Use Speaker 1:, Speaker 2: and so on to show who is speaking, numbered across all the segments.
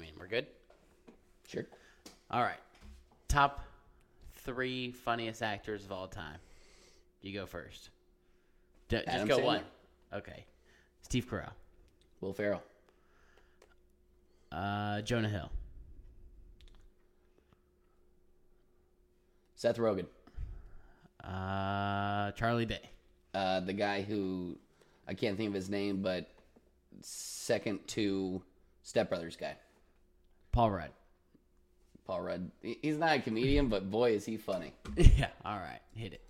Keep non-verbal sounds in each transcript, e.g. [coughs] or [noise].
Speaker 1: mean? We're good?
Speaker 2: Sure.
Speaker 1: All right. Top three funniest actors of all time. You go first. D- just
Speaker 2: Adam
Speaker 1: go
Speaker 2: Sandler.
Speaker 1: one. Okay. Steve Carell.
Speaker 2: Will Ferrell.
Speaker 1: Uh, Jonah Hill.
Speaker 2: Seth Rogen.
Speaker 1: Uh, Charlie Day.
Speaker 2: Uh, the guy who I can't think of his name, but second to Step Brothers guy.
Speaker 1: Paul Rudd. [laughs]
Speaker 2: Paul Rudd. He- He's not a comedian, but boy is he funny.
Speaker 1: yeah. All right. Hit it.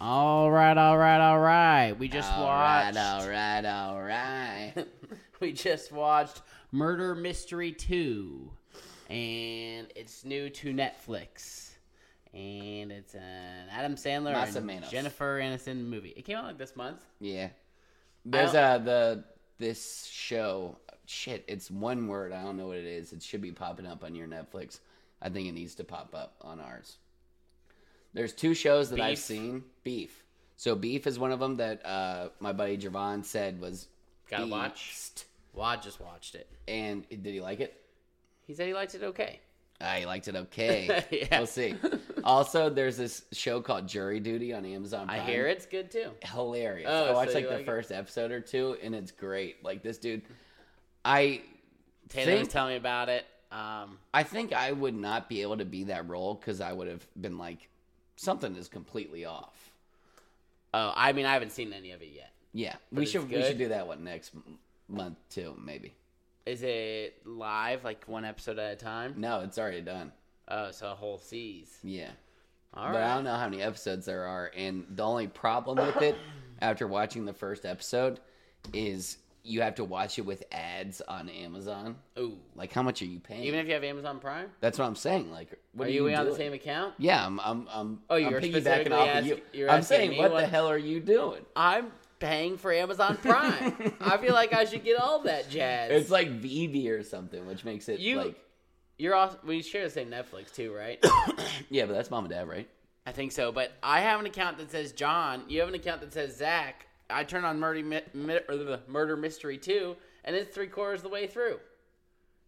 Speaker 1: All right. All right. All right. We just
Speaker 2: All right,
Speaker 1: watched.
Speaker 2: all right, all right. [laughs]
Speaker 1: [laughs] we just watched Murder Mystery 2. And it's new to Netflix. And it's an Adam Sandler
Speaker 2: Más o
Speaker 1: and
Speaker 2: menos.
Speaker 1: Jennifer Aniston movie. It came out like this month.
Speaker 2: yeah. There's uh the this show. Shit, it's one word. I don't know what it is. It should be popping up on your Netflix. I think it needs to pop up on ours. There's two shows that I've
Speaker 1: Beef.
Speaker 2: seen. Beef. So Beef is one of them that uh, my buddy Javon said was
Speaker 1: Gotta
Speaker 2: beast.
Speaker 1: watch. Well, I just watched it.
Speaker 2: And did he like it?
Speaker 1: He said he liked it okay.
Speaker 2: I liked it okay.
Speaker 1: [laughs] Yeah.
Speaker 2: We'll see. Also, there's this show called Jury Duty on Amazon.
Speaker 1: I
Speaker 2: Prime.
Speaker 1: hear it's good too.
Speaker 2: hilarious.
Speaker 1: Oh,
Speaker 2: I watched
Speaker 1: so
Speaker 2: like
Speaker 1: you
Speaker 2: the
Speaker 1: like it?
Speaker 2: first episode or two, and it's great. Like this dude, I
Speaker 1: Taylor
Speaker 2: think
Speaker 1: was telling me about it. Um,
Speaker 2: I think I would not be able to be that role because I would have been like, something is completely off.
Speaker 1: oh, I mean, I haven't seen any of it yet.
Speaker 2: Yeah, we
Speaker 1: it's
Speaker 2: should we
Speaker 1: good?
Speaker 2: should do that one next m- month too, maybe.
Speaker 1: Is it live, like one episode at a time?
Speaker 2: No, it's already done.
Speaker 1: Oh, so a whole seas.
Speaker 2: Yeah,
Speaker 1: All
Speaker 2: but I
Speaker 1: right.
Speaker 2: don't know how many episodes there are, and the only problem
Speaker 1: [coughs]
Speaker 2: with it after watching the first episode is you have to watch it with ads on Amazon.
Speaker 1: Ooh.
Speaker 2: Like, how much are you paying?
Speaker 1: Even if you have Amazon Prime?
Speaker 2: That's what I'm saying. Like, what
Speaker 1: Are you, on the
Speaker 2: doing?
Speaker 1: same account?
Speaker 2: Yeah, I'm. I'm. I'm
Speaker 1: Oh, you
Speaker 2: I'm
Speaker 1: were
Speaker 2: piggybacking
Speaker 1: specifically
Speaker 2: off
Speaker 1: ask-
Speaker 2: of
Speaker 1: you
Speaker 2: you.
Speaker 1: were
Speaker 2: I'm
Speaker 1: asking
Speaker 2: saying,
Speaker 1: me
Speaker 2: what
Speaker 1: what-
Speaker 2: the hell are you doing?
Speaker 1: I'm paying for Amazon Prime. I feel like I should get all that jazz.
Speaker 2: It's like VB or something, which makes it
Speaker 1: You-
Speaker 2: like
Speaker 1: You're also, we share the same Netflix too, right?
Speaker 2: yeah, but that's mom and dad, right?
Speaker 1: I think so, but I have an account that says John. You have an account that says Zach. I turn on Murder, Mi- Mi- or the Murder Mystery 2, and it's three quarters of the way through.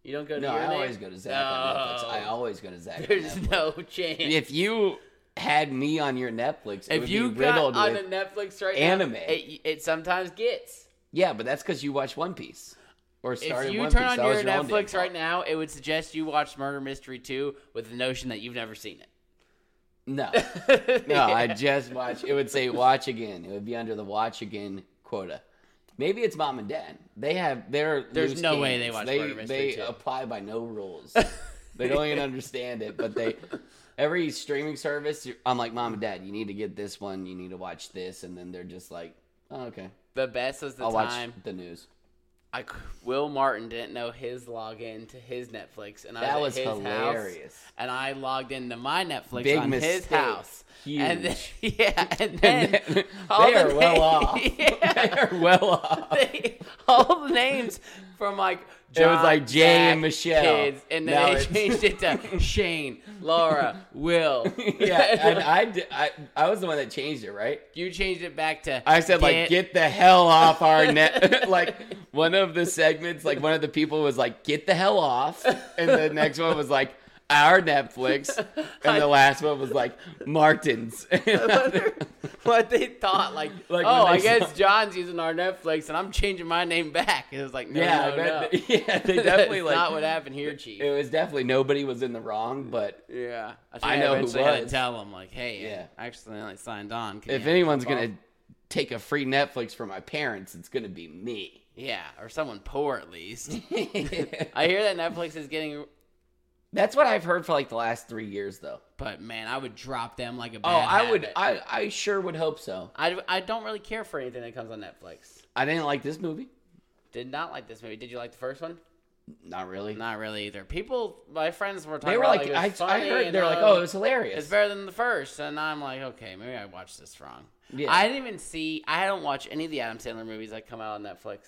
Speaker 1: You don't go to
Speaker 2: No,
Speaker 1: your
Speaker 2: I
Speaker 1: name?
Speaker 2: always go to Zach on Netflix. I
Speaker 1: No.
Speaker 2: always go to Zach. on
Speaker 1: There's [laughs]
Speaker 2: Netflix.
Speaker 1: no chance.
Speaker 2: If you had me on your Netflix, it
Speaker 1: if
Speaker 2: would
Speaker 1: you
Speaker 2: be
Speaker 1: got
Speaker 2: riddled
Speaker 1: on
Speaker 2: with
Speaker 1: a Netflix right
Speaker 2: anime.
Speaker 1: now, it, it sometimes gets.
Speaker 2: yeah, but that's because you watch One Piece or started
Speaker 1: if you
Speaker 2: One
Speaker 1: turn
Speaker 2: Piece.
Speaker 1: on
Speaker 2: That was
Speaker 1: your
Speaker 2: own damn
Speaker 1: Netflix
Speaker 2: fault.
Speaker 1: right now, it would suggest you watch Murder Mystery 2 with the notion that you've never seen
Speaker 2: No,
Speaker 1: [laughs] it.
Speaker 2: [laughs] no,
Speaker 1: [laughs]
Speaker 2: I just watch. It would say watch again. It would be under the watch again quota. Maybe it's mom and dad. They have their.
Speaker 1: There's
Speaker 2: loose
Speaker 1: no way
Speaker 2: cannons.
Speaker 1: they watch
Speaker 2: They
Speaker 1: Murder Mystery
Speaker 2: they
Speaker 1: too.
Speaker 2: apply by no
Speaker 1: [laughs]
Speaker 2: rules. they don't even understand it, but they. Every streaming service, you're- I'm like mom and dad. You need to get this one. You need to watch this, and then they're just like, oh, okay,
Speaker 1: the best was the
Speaker 2: I'll
Speaker 1: time
Speaker 2: watch the news.
Speaker 1: I c Will Martin didn't know his login to his Netflix, and I
Speaker 2: That
Speaker 1: was,
Speaker 2: was
Speaker 1: at his [laughs]
Speaker 2: hilarious. [laughs]
Speaker 1: House, and I logged into my Netflix
Speaker 2: Big
Speaker 1: on his
Speaker 2: mistake.
Speaker 1: house. And then, [laughs] yeah, and
Speaker 2: [laughs] And
Speaker 1: then
Speaker 2: then-
Speaker 1: all
Speaker 2: they
Speaker 1: the
Speaker 2: are
Speaker 1: [laughs]
Speaker 2: well
Speaker 1: na-
Speaker 2: off.
Speaker 1: Yeah.
Speaker 2: they are well off.
Speaker 1: [laughs] They- all the names from like
Speaker 2: It was
Speaker 1: John,
Speaker 2: like Jay and
Speaker 1: Jack,
Speaker 2: Michelle.
Speaker 1: kids, and
Speaker 2: Now
Speaker 1: then they [laughs]
Speaker 2: it's-
Speaker 1: changed it
Speaker 2: [laughs]
Speaker 1: to Shane, Laura, Will.
Speaker 2: yeah,
Speaker 1: [laughs]
Speaker 2: and I, di- I, I was the one that changed it, right?
Speaker 1: you changed it back to
Speaker 2: I said, like,
Speaker 1: Dan-
Speaker 2: get the hell off our net. [laughs] like, one of the segments, like, one of the people was like, get the hell off. And the next one was like, our Netflix. And the last one was like, Martin's. [laughs]
Speaker 1: [laughs] what they thought. Like,
Speaker 2: Like,
Speaker 1: oh,
Speaker 2: when
Speaker 1: I
Speaker 2: they
Speaker 1: guess John's using our Netflix, and I'm changing my name back. It was like, no,
Speaker 2: yeah,
Speaker 1: no,
Speaker 2: I bet-
Speaker 1: no.
Speaker 2: yeah, [laughs] they
Speaker 1: [laughs] That's
Speaker 2: definitely, like,
Speaker 1: not what happened here, Chief.
Speaker 2: it was definitely nobody was in the wrong, but
Speaker 1: yeah, I, think
Speaker 2: I know who
Speaker 1: eventually had to
Speaker 2: was.
Speaker 1: tell him like, hey, yeah,
Speaker 2: Yeah.
Speaker 1: I accidentally signed on. Can
Speaker 2: if
Speaker 1: you-
Speaker 2: anyone's going to take a free Netflix for my parents, it's going to be me. [laughs]
Speaker 1: yeah, or someone poor at least. I hear that Netflix is getting
Speaker 2: That's what I've heard for like the last three years, though.
Speaker 1: But man, I would drop them like a
Speaker 2: Oh,
Speaker 1: bad
Speaker 2: I would.
Speaker 1: habit.
Speaker 2: I, I sure would hope so.
Speaker 1: I, I don't really care for anything that comes on Netflix.
Speaker 2: I didn't like this movie.
Speaker 1: Did not like this movie. Did you like the first one?
Speaker 2: Not really.
Speaker 1: Not really either. People, my friends were talking.
Speaker 2: they were
Speaker 1: about,
Speaker 2: like,
Speaker 1: it was
Speaker 2: I, I
Speaker 1: funny
Speaker 2: heard
Speaker 1: and,
Speaker 2: they're like,
Speaker 1: uh,
Speaker 2: oh, it was hilarious.
Speaker 1: it's better than the first, and I'm like, okay, maybe I watched this wrong.
Speaker 2: Yeah.
Speaker 1: I didn't even see. I don't watch any of the Adam Sandler movies that come out on Netflix.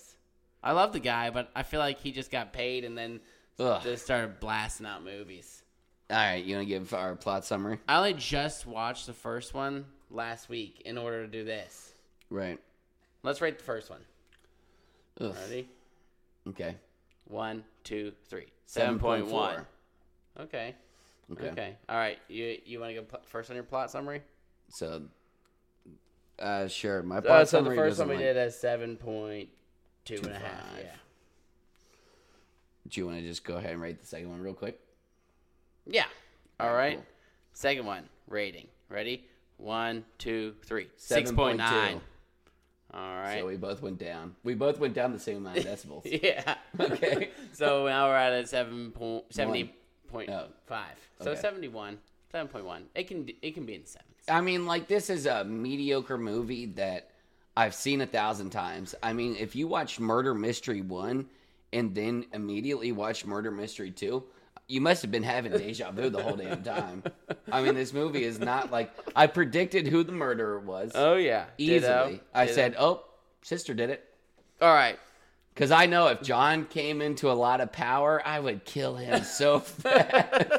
Speaker 1: I love the guy, but I feel like he just got paid and then
Speaker 2: Ugh.
Speaker 1: just started blasting out movies.
Speaker 2: All right, you want to give our plot summary?
Speaker 1: I only just watched the first one last week in order to do this.
Speaker 2: Right.
Speaker 1: Let's rate the first one.
Speaker 2: Ugh.
Speaker 1: Ready?
Speaker 2: Okay.
Speaker 1: One, two, three.
Speaker 2: Seven
Speaker 1: Seven
Speaker 2: point
Speaker 1: point
Speaker 2: four.
Speaker 1: one. Okay.
Speaker 2: Okay.
Speaker 1: okay. All right. You you want to go pl- first on your plot summary?
Speaker 2: So, uh, sure. My plot
Speaker 1: Uh, so the
Speaker 2: summary
Speaker 1: first one
Speaker 2: doesn't
Speaker 1: we
Speaker 2: like-
Speaker 1: did has seven point two and a half.
Speaker 2: 2.5.
Speaker 1: Yeah.
Speaker 2: Do you want to just go ahead and rate the second one real quick?
Speaker 1: Yeah. All
Speaker 2: Alright,
Speaker 1: right.
Speaker 2: cool.
Speaker 1: Second one rating. Ready? One, two, three. Six
Speaker 2: 7.2.
Speaker 1: point nine. All right.
Speaker 2: So we both went down. We both went down the
Speaker 1: [laughs]
Speaker 2: same amount of decibels.
Speaker 1: yeah.
Speaker 2: Okay.
Speaker 1: [laughs] so now we're at a seven point seventy point
Speaker 2: No.
Speaker 1: five. So
Speaker 2: Oh. Okay.
Speaker 1: seventy one. Seven point one. It can it can be in sevens.
Speaker 2: I mean, like this is a mediocre movie that I've seen a thousand times. I mean, if you watch Murder Mystery One and then immediately watch Murder Mystery Two, you must have been having deja vu the whole damn time. I mean, this movie is not like I predicted who the murderer was
Speaker 1: Oh yeah.
Speaker 2: easily. I
Speaker 1: Ditto.
Speaker 2: said, "Oh, sister did it,"
Speaker 1: All right.
Speaker 2: because I know if John came into a lot of power, I would kill him so [laughs] fast.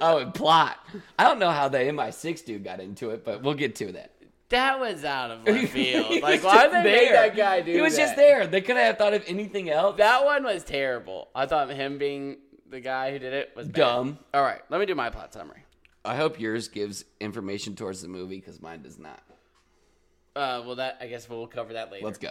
Speaker 2: I would plot. I don't know how the MI6 dude got into it, but we'll get to that.
Speaker 1: That was out of left
Speaker 2: [laughs] He
Speaker 1: field.
Speaker 2: was
Speaker 1: Like, why
Speaker 2: just
Speaker 1: did they make that guy do
Speaker 2: He was
Speaker 1: that?
Speaker 2: just there. They couldn't have thought of anything else.
Speaker 1: That one was terrible. I thought him being the guy who did it was bad.
Speaker 2: Dumb.
Speaker 1: All right, let me do my plot summary.
Speaker 2: I hope yours gives information towards the movie because mine does not.
Speaker 1: Uh, well, that I guess we'll cover that later.
Speaker 2: [laughs] Let's go.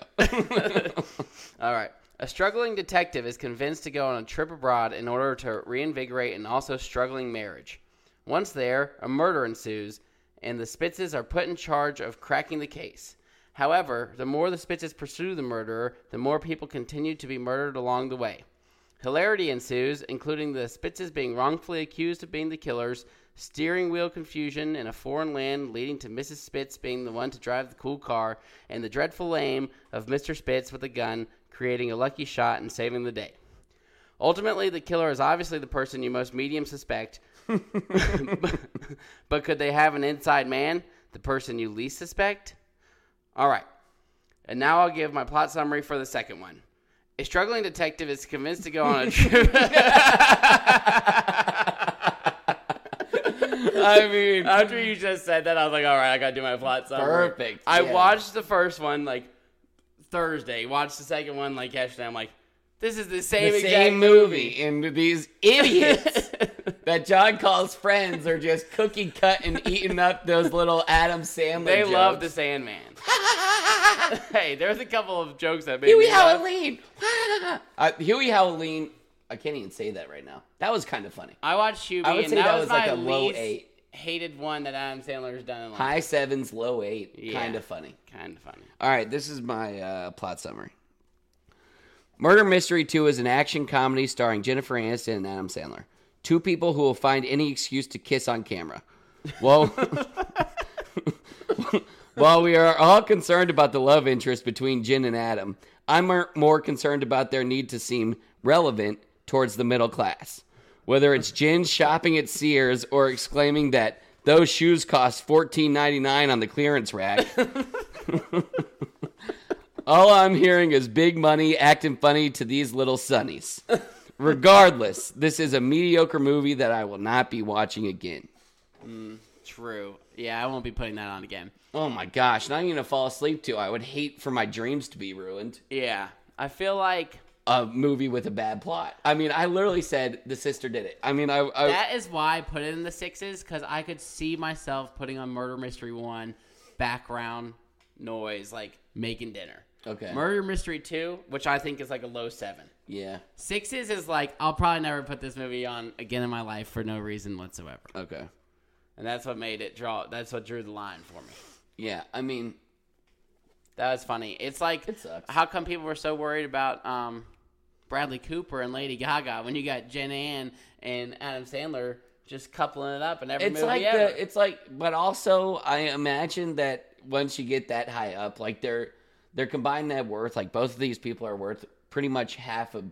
Speaker 1: All right. A struggling detective is convinced to go on a trip abroad in order to reinvigorate an also struggling marriage. Once there, a murder ensues, and the Spitzes are put in charge of cracking the case. However, the more the Spitzes pursue the murderer, the more people continue to be murdered along the way. Hilarity ensues, including the Spitzes being wrongfully accused of being the killers, steering wheel confusion in a foreign land leading to Mrs. Spitz being the one to drive the cool car, and the dreadful aim of Mr. Spitz with a gun, creating a lucky shot and saving the day. Ultimately, the killer is obviously the person you most medium
Speaker 2: [laughs]
Speaker 1: suspect, [laughs] but could they have an inside man, the person you least suspect? All right. And now I'll give my plot summary for the second one. A struggling detective is convinced to go
Speaker 2: [laughs]
Speaker 1: on a trip.
Speaker 2: I mean,
Speaker 1: After you just said that, I was like, all right, I got to do my plot summary.
Speaker 2: Perfect,
Speaker 1: I
Speaker 2: yeah.
Speaker 1: watched the first one like Thursday, watched the second one like yesterday. I'm like, this is the same
Speaker 2: the
Speaker 1: exact
Speaker 2: same movie, and these idiots that John calls friends are just cookie cut and eating up those little Adam
Speaker 1: [laughs]
Speaker 2: Sandler. [laughs]
Speaker 1: They
Speaker 2: jokes.
Speaker 1: love the Sandman.
Speaker 2: [laughs]
Speaker 1: hey, there's a couple of jokes that made
Speaker 2: Huey
Speaker 1: me laugh.
Speaker 2: Howling. uh, Huey Howling. I can't even say that right now. That was kind of funny.
Speaker 1: I watched Hubie,
Speaker 2: I would
Speaker 1: and
Speaker 2: say
Speaker 1: that,
Speaker 2: that
Speaker 1: was,
Speaker 2: was like
Speaker 1: my
Speaker 2: a low
Speaker 1: least
Speaker 2: eight.
Speaker 1: hated one that Adam Sandler's done in like
Speaker 2: High sevens, low eight.
Speaker 1: Yeah.
Speaker 2: Kind of funny.
Speaker 1: kind of funny.
Speaker 2: All right, this is my uh, plot summary. Murder Mystery 2 is an action comedy starring Jennifer Aniston and Adam Sandler. Two people who will find any excuse to kiss on camera. Well, [laughs] while we are all concerned about the love interest between Jen and Adam, I'm more- more concerned about their need to seem relevant towards the middle class. Whether it's Jen shopping at Sears or exclaiming that those shoes cost $14.99 on the clearance rack. All I'm hearing is big money acting funny to these little sunnies. Regardless, this is a mediocre movie that I will not be watching again.
Speaker 1: True. Yeah, I won't be putting that on again.
Speaker 2: Oh my gosh, not even to fall asleep to. I would hate for my dreams to be ruined.
Speaker 1: Yeah, I feel like
Speaker 2: A movie with a bad plot. I mean, I literally said the sister did it. I mean, I, I
Speaker 1: that is why I put it in the sixes because I could see myself putting on Murder Mystery One background noise, like making dinner.
Speaker 2: okay,
Speaker 1: Murder Mystery Two, which I think is like a low seven.
Speaker 2: yeah,
Speaker 1: Sixes is like I'll probably never put this movie on again in my life for no reason whatsoever,
Speaker 2: okay,
Speaker 1: and that's what made it draw. That's what drew the line for me.
Speaker 2: yeah. I mean,
Speaker 1: That was funny. It's like
Speaker 2: It sucks.
Speaker 1: how come people were so worried about um Bradley Cooper and Lady Gaga when you got Jen Ann and Adam Sandler just coupling it up in every
Speaker 2: It's
Speaker 1: movie
Speaker 2: like
Speaker 1: ever.
Speaker 2: the, it's like, but also I imagine that once you get that high up, like their their combined net worth, like both of these people are worth pretty much half a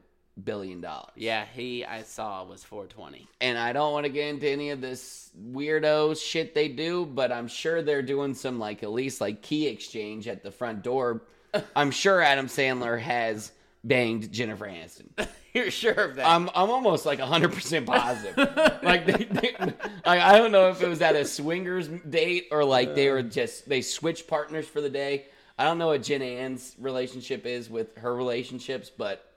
Speaker 2: billion dollars.
Speaker 1: yeah, he I saw was 420.
Speaker 2: and I don't want to get into any of this weirdo shit they do, but I'm sure they're doing some like at least like key exchange at the front door. I'm sure Adam Sandler has banged Jennifer Aniston.
Speaker 1: [laughs] You're sure of that?
Speaker 2: I'm I'm almost like 100% positive. [laughs] like they, they [laughs] like I don't know if it was at a swingers date or like they were just they switched partners for the day. I don't know what Jen Ann's relationship is with her relationships, but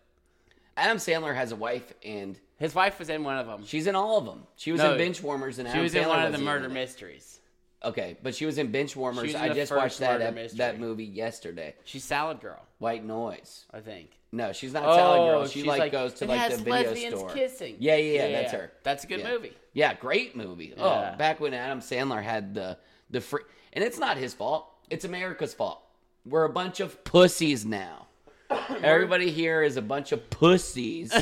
Speaker 2: Adam Sandler has a wife and
Speaker 1: [laughs] His wife was in one of them. She,
Speaker 2: She's in all of them. She was
Speaker 1: No,
Speaker 2: in Bench Warmers, and Adam
Speaker 1: was in
Speaker 2: Sandler
Speaker 1: one of the
Speaker 2: wasn't
Speaker 1: murder
Speaker 2: it.
Speaker 1: mysteries.
Speaker 2: Okay, but she was in Bench Warmers.
Speaker 1: was in
Speaker 2: I
Speaker 1: the
Speaker 2: just
Speaker 1: first
Speaker 2: watched that
Speaker 1: murder
Speaker 2: ep-
Speaker 1: mystery.
Speaker 2: that movie yesterday.
Speaker 1: She's Salad Girl,
Speaker 2: White Noise.
Speaker 1: I think.
Speaker 2: No, she's not Salad Girl. She
Speaker 1: Oh, she's
Speaker 2: like, goes to
Speaker 1: "It
Speaker 2: like
Speaker 1: has
Speaker 2: the video
Speaker 1: lesbians
Speaker 2: store.
Speaker 1: kissing.
Speaker 2: Yeah, yeah, yeah, that's her.
Speaker 1: That's a good
Speaker 2: Yeah.
Speaker 1: movie.
Speaker 2: Yeah, great movie.
Speaker 1: Yeah.
Speaker 2: Oh, back when Adam Sandler had the the free, and it's not his fault. It's America's fault. We're a bunch of
Speaker 1: [coughs]
Speaker 2: pussies now. Everybody here is a bunch of pussies.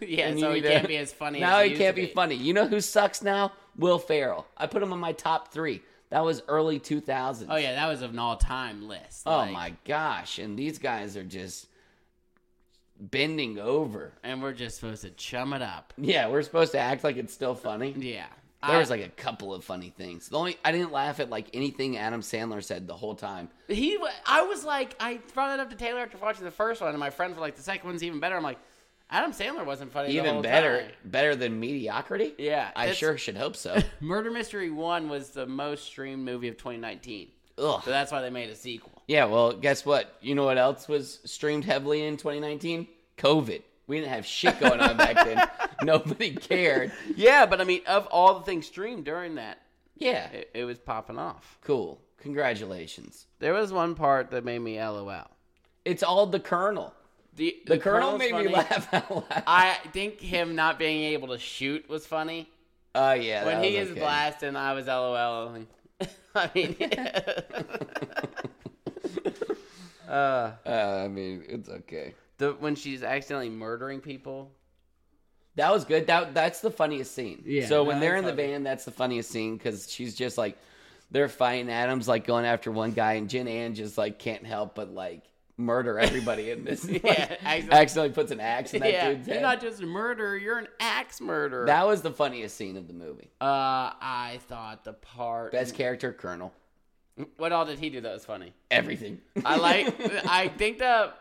Speaker 1: yeah,
Speaker 2: And
Speaker 1: [laughs]
Speaker 2: you
Speaker 1: so he
Speaker 2: need to-
Speaker 1: can't be as funny.
Speaker 2: Now
Speaker 1: as
Speaker 2: he
Speaker 1: used
Speaker 2: can't
Speaker 1: to
Speaker 2: be funny. You know who sucks now? Will Ferrell. I put him on my top three. That was early 2000s.
Speaker 1: Oh yeah, that was an all-time list.
Speaker 2: Oh
Speaker 1: like-
Speaker 2: my gosh! And these guys are just bending over.
Speaker 1: And we're just supposed to chum it up.
Speaker 2: Yeah, we're supposed to act like it's still funny.
Speaker 1: Yeah,
Speaker 2: There
Speaker 1: I-
Speaker 2: was like a couple of funny things. The only I didn't laugh at like anything Adam Sandler said the whole time.
Speaker 1: He, wa- I was like, I brought it up to Taylor after watching the first one, and my friends were like, the second one's even better. I'm like, Adam Sandler wasn't funny. the
Speaker 2: Even
Speaker 1: whole
Speaker 2: better,
Speaker 1: time."
Speaker 2: better than mediocrity.
Speaker 1: Yeah,
Speaker 2: I
Speaker 1: that's-
Speaker 2: sure should
Speaker 1: [laughs]
Speaker 2: hope so.
Speaker 1: Murder Mystery One was the most streamed movie of 2019, so
Speaker 2: Ugh.
Speaker 1: that's why they made a sequel.
Speaker 2: Yeah, well, guess what? You know what else was streamed heavily in 2019? COVID. We didn't have shit going on back
Speaker 1: [laughs]
Speaker 2: then. Nobody cared.
Speaker 1: Yeah, but I mean, of all the things streamed during that,
Speaker 2: Yeah,
Speaker 1: it, it was popping off.
Speaker 2: cool. Congratulations.
Speaker 1: There was one part that made me LOL.
Speaker 2: It's all the Colonel.
Speaker 1: The,
Speaker 2: The, Colonel
Speaker 1: Colonel's
Speaker 2: made
Speaker 1: funny.
Speaker 2: me laugh out loud.
Speaker 1: I think him not being able to shoot was funny.
Speaker 2: Oh yeah,
Speaker 1: When
Speaker 2: that
Speaker 1: he
Speaker 2: was
Speaker 1: is
Speaker 2: okay.
Speaker 1: blasting, I was LOL. [laughs] I
Speaker 2: [laughs]
Speaker 1: mean, uh,
Speaker 2: Uh, I mean, it's okay.
Speaker 1: the when she's accidentally murdering people.
Speaker 2: That was good. That that's the funniest scene.
Speaker 1: Yeah,
Speaker 2: So when
Speaker 1: no,
Speaker 2: they're
Speaker 1: that's
Speaker 2: in the
Speaker 1: funny.
Speaker 2: van, that's the funniest scene because she's just like, they're fighting. Adam's like going after one guy, and Jen Ann just like can't help but like murder everybody
Speaker 1: [laughs]
Speaker 2: in this. yeah, [laughs]
Speaker 1: accidentally-
Speaker 2: accidentally. puts an axe in that
Speaker 1: yeah,
Speaker 2: dude's
Speaker 1: you're
Speaker 2: head.
Speaker 1: not just a murderer; you're an axe murderer.
Speaker 2: that was the funniest scene of the movie.
Speaker 1: uh, I thought the part.
Speaker 2: Best character, Colonel.
Speaker 1: What all did he do that was funny?
Speaker 2: Everything.
Speaker 1: I
Speaker 2: [laughs]
Speaker 1: like. I think the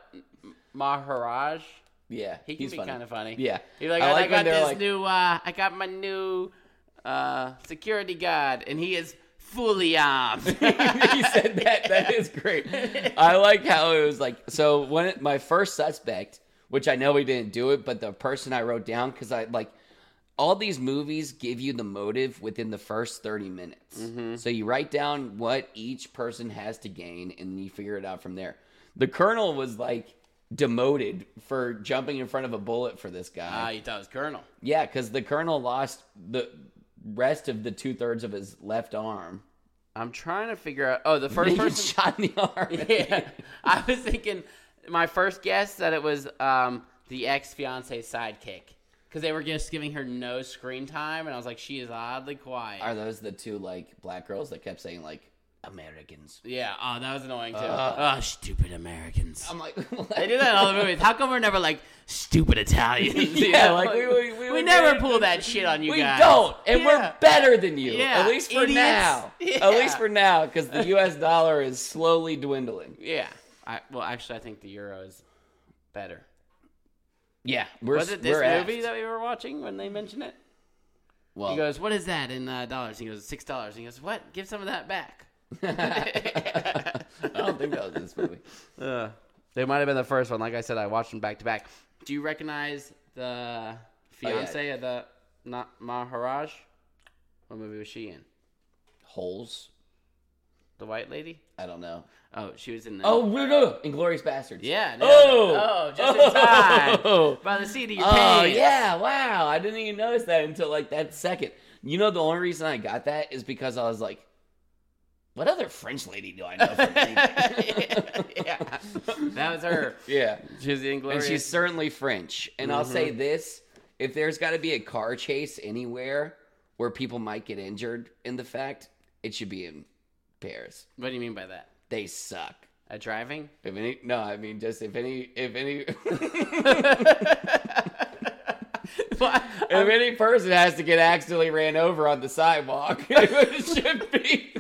Speaker 1: Maharaj.
Speaker 2: yeah,
Speaker 1: [laughs] He can
Speaker 2: he's
Speaker 1: be
Speaker 2: funny.
Speaker 1: kind of funny.
Speaker 2: Yeah,
Speaker 1: He's like, "Oh, I,
Speaker 2: I like
Speaker 1: I got
Speaker 2: when they're
Speaker 1: this
Speaker 2: like-
Speaker 1: new, uh, I got my new uh, security guard, and he is fully armed.
Speaker 2: [laughs] he said
Speaker 1: [laughs]
Speaker 2: that. That is great. I like how it was like. So when my first suspect, which I know he didn't do it, but the person I wrote down because I like all these movies give you the motive within the first thirty minutes. So you write down what each person has to gain, and you figure it out from there. The colonel was like demoted for jumping in front of a bullet for this guy.
Speaker 1: Ah, you thought it was Colonel.
Speaker 2: Yeah, because the colonel lost the rest of the two thirds of his left arm.
Speaker 1: I'm trying to figure out.
Speaker 2: [laughs]
Speaker 1: Oh, the first
Speaker 2: He gets
Speaker 1: person.
Speaker 2: shot in the
Speaker 1: [laughs]
Speaker 2: arm.
Speaker 1: yeah, I was thinking. My first guess that it was um, the ex fiance's sidekick because they were just giving her no screen time, and I was like, she is oddly quiet.
Speaker 2: Are those the two like black girls that kept saying like Americans?
Speaker 1: yeah. Oh, that was annoying too.
Speaker 2: Uh.
Speaker 1: oh, stupid Americans.
Speaker 2: I'm like, [laughs]
Speaker 1: They do that in all the movies. How come we're never like stupid Italians? [laughs] you
Speaker 2: Yeah,
Speaker 1: know?
Speaker 2: like, we- we- we- we-
Speaker 1: never pull that shit on you
Speaker 2: We
Speaker 1: guys.
Speaker 2: don't, and
Speaker 1: Yeah.
Speaker 2: we're better than you.
Speaker 1: Yeah,
Speaker 2: at least for
Speaker 1: idiots.
Speaker 2: now.
Speaker 1: Yeah.
Speaker 2: At least for now, because the U.S. dollar is slowly dwindling.
Speaker 1: Yeah. I, well, actually, I think the euro is better.
Speaker 2: Yeah, we're
Speaker 1: Was it this
Speaker 2: we're
Speaker 1: movie
Speaker 2: aft.
Speaker 1: that we were watching when they mentioned it?
Speaker 2: Well,
Speaker 1: He goes, "What is that in uh, dollars?" He goes, 6 dollars." He goes, "What? Give some of that
Speaker 2: [laughs]
Speaker 1: back." [laughs]
Speaker 2: I don't think that was this movie.
Speaker 1: Uh, they might have been the first one. Like I said, I watched them back to back. Do you recognize the fiance of the not Maharaj? What movie was she in?
Speaker 2: Holes.
Speaker 1: The white lady?
Speaker 2: I don't know.
Speaker 1: Oh, she was in the.
Speaker 2: Oh, no, no, Inglorious Bastards.
Speaker 1: Yeah. no.
Speaker 2: Oh.
Speaker 1: Oh, just in time.
Speaker 2: [laughs] Oh.
Speaker 1: By the seat of your
Speaker 2: Oh
Speaker 1: pants.
Speaker 2: yeah! Wow, I didn't even notice that until like that second. You know, the only reason I got that is because I was like, What other French lady do I know from
Speaker 1: [laughs] [laughs]
Speaker 2: anything?
Speaker 1: yeah, that was her.
Speaker 2: yeah.
Speaker 1: She's the
Speaker 2: And
Speaker 1: Inglorious.
Speaker 2: she's certainly French. And I'll say this if there's got to be a car chase anywhere where people might get injured in the fact, it should be in Paris.
Speaker 1: What do you mean by that?
Speaker 2: They suck.
Speaker 1: A
Speaker 2: [laughs]
Speaker 1: driving?
Speaker 2: If any, no, I mean, just if any, if any, [laughs]
Speaker 1: What?
Speaker 2: if any person has to get accidentally ran over on the sidewalk, [laughs] it should be.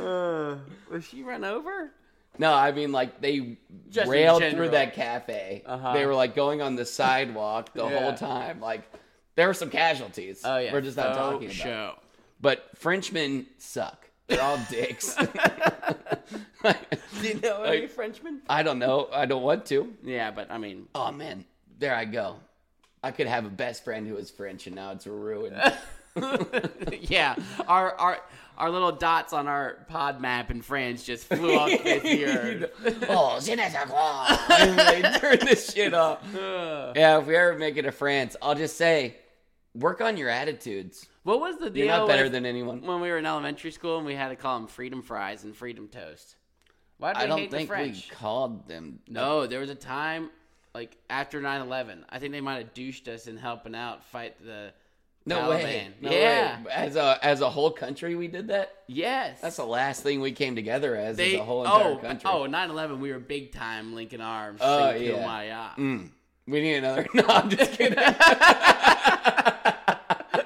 Speaker 1: Uh, was she run over?
Speaker 2: No, I mean like they
Speaker 1: Just in
Speaker 2: railed
Speaker 1: general.
Speaker 2: through that cafe.
Speaker 1: Uh-huh.
Speaker 2: They were like going on the sidewalk the
Speaker 1: Yeah.
Speaker 2: whole time. Like there were some casualties.
Speaker 1: Oh yeah,
Speaker 2: we're just not
Speaker 1: Oh,
Speaker 2: talking about. it.
Speaker 1: show.
Speaker 2: But Frenchmen suck. They're all
Speaker 1: [laughs]
Speaker 2: dicks.
Speaker 1: Do you know
Speaker 2: Like-
Speaker 1: any Frenchmen?
Speaker 2: I don't know. I don't want to.
Speaker 1: Yeah, but I mean,
Speaker 2: Oh man, there I go. I could have a best friend who is French, and now
Speaker 1: [laughs]
Speaker 2: it's ruined.
Speaker 1: yeah, our our our little dots on our pod map in France just flew
Speaker 2: [laughs]
Speaker 1: off this year.
Speaker 2: oh, je ne sais quoi. They Turn this
Speaker 1: [laughs]
Speaker 2: shit off. Yeah, if we ever make it to France, I'll just say, work on your attitudes.
Speaker 1: What was the deal?
Speaker 2: You're not better
Speaker 1: with
Speaker 2: than anyone.
Speaker 1: when we were in elementary school and we had to call them freedom fries and freedom toast. Why do we
Speaker 2: I
Speaker 1: hate
Speaker 2: don't
Speaker 1: the
Speaker 2: think we
Speaker 1: French?
Speaker 2: called them.
Speaker 1: No, there was a time like after 9-11. I think they might have douched us in helping out fight the
Speaker 2: No
Speaker 1: Taliban.
Speaker 2: way. No
Speaker 1: yeah.
Speaker 2: way. As a as a whole country, we did that.
Speaker 1: Yes.
Speaker 2: That's the last thing we came together as,
Speaker 1: They-
Speaker 2: as a whole entire
Speaker 1: oh,
Speaker 2: country.
Speaker 1: Oh, 9-11, we were big time linking arms.
Speaker 2: Oh,
Speaker 1: singing
Speaker 2: yeah.
Speaker 1: Kumbaya.
Speaker 2: Mm. We need another. [laughs] No, I'm
Speaker 1: [laughs]
Speaker 2: just kidding.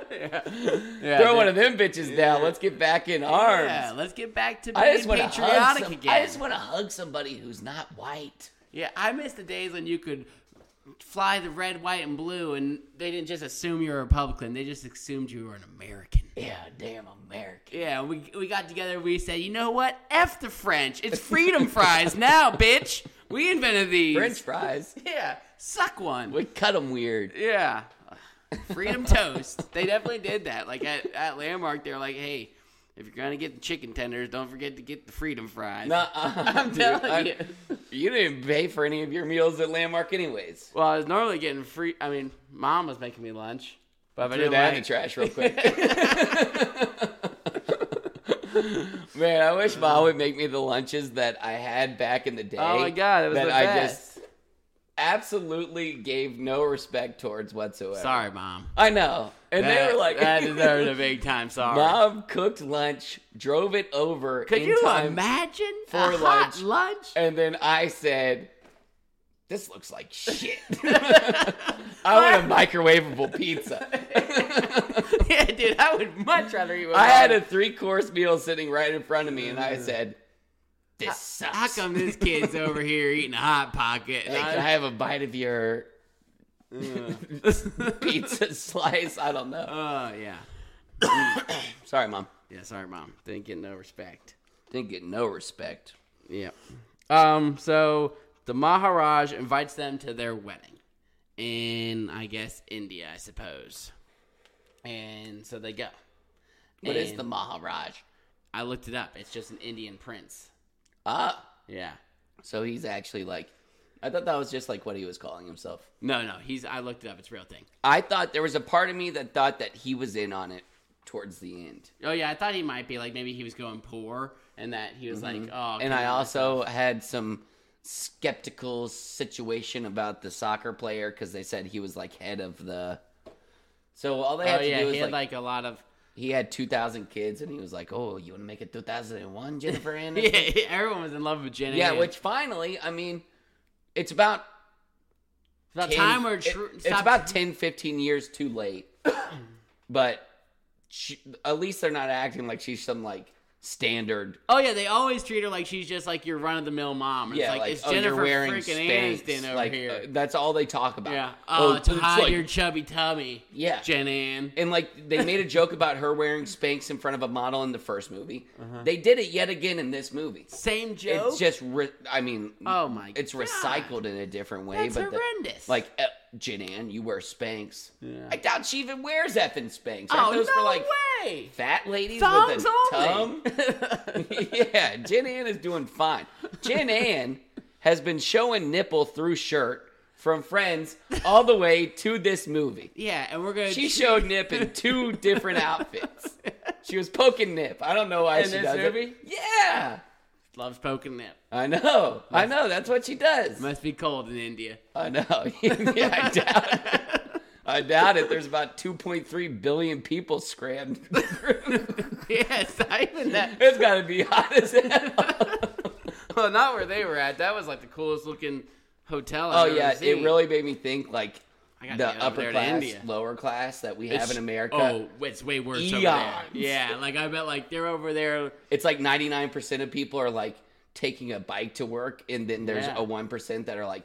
Speaker 1: Yeah,
Speaker 2: Mm. Throw
Speaker 1: they-
Speaker 2: one of them bitches down. Let's get back in arms.
Speaker 1: Yeah, let's get back to being
Speaker 2: I just want to hug.
Speaker 1: patriotic
Speaker 2: Some,
Speaker 1: again.
Speaker 2: I just want to hug somebody who's not white.
Speaker 1: Yeah, I miss the days when you could fly the red, white, and blue, and they didn't just assume you were a Republican; they just assumed you were an American.
Speaker 2: Yeah, damn American.
Speaker 1: Yeah, we we got together. We said, you know what? F the French. It's
Speaker 2: [laughs]
Speaker 1: freedom fries now, bitch. We invented these.
Speaker 2: French fries.
Speaker 1: Yeah, suck one.
Speaker 2: We cut them
Speaker 1: [laughs]
Speaker 2: weird.
Speaker 1: Yeah. Freedom toast. They definitely did that. Like at, at Landmark, they were like, hey, if you're going to get the chicken tenders, don't forget to get the freedom fries.
Speaker 2: Nuh I'm
Speaker 1: telling
Speaker 2: you. You didn't pay for any of your meals at Landmark, anyways.
Speaker 1: Well, I was normally getting free. I mean, mom was making me lunch. But if I
Speaker 2: Throw
Speaker 1: didn't
Speaker 2: that in
Speaker 1: like-
Speaker 2: the trash real
Speaker 1: [laughs]
Speaker 2: quick. Man, I wish Mom would make me the lunches that I had back in the day.
Speaker 1: Oh my god, it was
Speaker 2: that
Speaker 1: the
Speaker 2: I
Speaker 1: best.
Speaker 2: just absolutely gave no respect towards whatsoever.
Speaker 1: Sorry, mom.
Speaker 2: I know, and
Speaker 1: That-
Speaker 2: they were like, [laughs]
Speaker 1: that deserved a big time sorry.
Speaker 2: Mom cooked lunch, drove it over
Speaker 1: Could
Speaker 2: in
Speaker 1: you
Speaker 2: time,
Speaker 1: imagine
Speaker 2: for
Speaker 1: a hot
Speaker 2: lunch.
Speaker 1: lunch? [laughs]
Speaker 2: and then I said, "This looks like
Speaker 1: [laughs]
Speaker 2: shit. [laughs] I want a microwavable pizza."
Speaker 1: yeah, dude, I would much rather eat. with
Speaker 2: I had a
Speaker 1: mom.
Speaker 2: three-course meal sitting right in front of me, and I said, "This sucks."
Speaker 1: How come this kid's over here eating a hot pocket? and
Speaker 2: Hey, can [laughs] I have a bite of your
Speaker 1: I-
Speaker 2: [laughs] pizza slice? I don't know.
Speaker 1: oh yeah,
Speaker 2: Sorry, mom.
Speaker 1: yeah. Sorry, mom. Didn't get no respect.
Speaker 2: Didn't get no respect.
Speaker 1: Yeah. Um. So the Maharaj invites them to their wedding in, I guess, India, I suppose. And so they go.
Speaker 2: What is
Speaker 1: And
Speaker 2: the Maharaj?
Speaker 1: I looked it up. It's just an Indian prince.
Speaker 2: Ah,
Speaker 1: Yeah.
Speaker 2: so he's actually like. I thought that was just like what he was calling himself.
Speaker 1: No, no. He's. I looked it up. It's a real thing.
Speaker 2: I thought there was a part of me that thought that he was in on it towards the end.
Speaker 1: Oh yeah, I thought he might be like maybe he was going poor and that he was like oh.
Speaker 2: Mm-hmm. and
Speaker 1: okay,
Speaker 2: I also had some skeptical situation about the soccer player because they said he was like head of the. So all they
Speaker 1: Oh
Speaker 2: had to
Speaker 1: yeah,
Speaker 2: do
Speaker 1: he
Speaker 2: was
Speaker 1: had
Speaker 2: like,
Speaker 1: like, a lot
Speaker 2: [laughs]
Speaker 1: of.
Speaker 2: he had two thousand kids, and he was like, "Oh, you want to make it two thousand and one,
Speaker 1: [laughs]
Speaker 2: Jennifer
Speaker 1: Yeah,
Speaker 2: Aniston?"
Speaker 1: everyone was in love with Jenny.
Speaker 2: yeah, which finally, I mean, it's about
Speaker 1: it's about
Speaker 2: 10
Speaker 1: time we're
Speaker 2: it-
Speaker 1: true.
Speaker 2: it's about 10, 15 years
Speaker 1: [coughs]
Speaker 2: too late, but she, at least they're not acting like she's some like standard
Speaker 1: Oh yeah, they always treat her like she's just like your run of the mill mom. It's like, it's
Speaker 2: oh,
Speaker 1: Jennifer
Speaker 2: you're wearing
Speaker 1: freaking
Speaker 2: Spanx.
Speaker 1: Aniston over
Speaker 2: like, uh,
Speaker 1: here.
Speaker 2: that's all they talk about.
Speaker 1: yeah. Oh,
Speaker 2: but
Speaker 1: to
Speaker 2: it's
Speaker 1: hide
Speaker 2: like-
Speaker 1: your [laughs] chubby tummy.
Speaker 2: Yeah.
Speaker 1: Jen Ann.
Speaker 2: And like they made a joke about her wearing Spanx in front of a model in the first movie. They did it yet again in this movie.
Speaker 1: Same Uh-huh. joke.
Speaker 2: It's just, re- I mean,
Speaker 1: oh my.
Speaker 2: it's
Speaker 1: God.
Speaker 2: recycled in a different way.
Speaker 1: That's
Speaker 2: but the-
Speaker 1: horrendous.
Speaker 2: like, uh, Jen Ann, you wear Spanx.
Speaker 1: Yeah.
Speaker 2: I doubt she even wears effing Spanx.
Speaker 1: oh
Speaker 2: Aren't those
Speaker 1: no
Speaker 2: for like
Speaker 1: way.
Speaker 2: fat ladies
Speaker 1: Thumbs
Speaker 2: with a
Speaker 1: only.
Speaker 2: tum. [laughs]
Speaker 1: [laughs]
Speaker 2: yeah, Jen Ann is doing fine. Jen Ann has been showing nipple through shirt from Friends all the way to this movie.
Speaker 1: Yeah, and we're gonna.
Speaker 2: She showed Nip in two different outfits. She was poking Nip. I don't know why
Speaker 1: In
Speaker 2: she
Speaker 1: this
Speaker 2: does it.
Speaker 1: movie?
Speaker 2: Yeah,
Speaker 1: loves poking nip.
Speaker 2: I know. I know. That's what she does.
Speaker 1: Must be cold in India. [laughs]
Speaker 2: I know. [laughs] yeah, I doubt it. I doubt it. There's about 2.3 billion people scrammed.
Speaker 1: yeah, it's not even that.
Speaker 2: [laughs] it's got to be hot as hell.
Speaker 1: [laughs] Well, not where they were at. That was like the coolest looking hotel.
Speaker 2: Oh
Speaker 1: I've ever
Speaker 2: yeah,
Speaker 1: seen.
Speaker 2: it really made me think like
Speaker 1: I gotta
Speaker 2: the
Speaker 1: get over
Speaker 2: upper
Speaker 1: there to
Speaker 2: class,
Speaker 1: India.
Speaker 2: lower class that we have in America.
Speaker 1: Oh, it's way worse over there.
Speaker 2: Eons.
Speaker 1: Yeah, like I bet like they're over there.
Speaker 2: It's like 99% of people are like taking a bike to work, and then there's
Speaker 1: Yeah.
Speaker 2: a 1% that are like,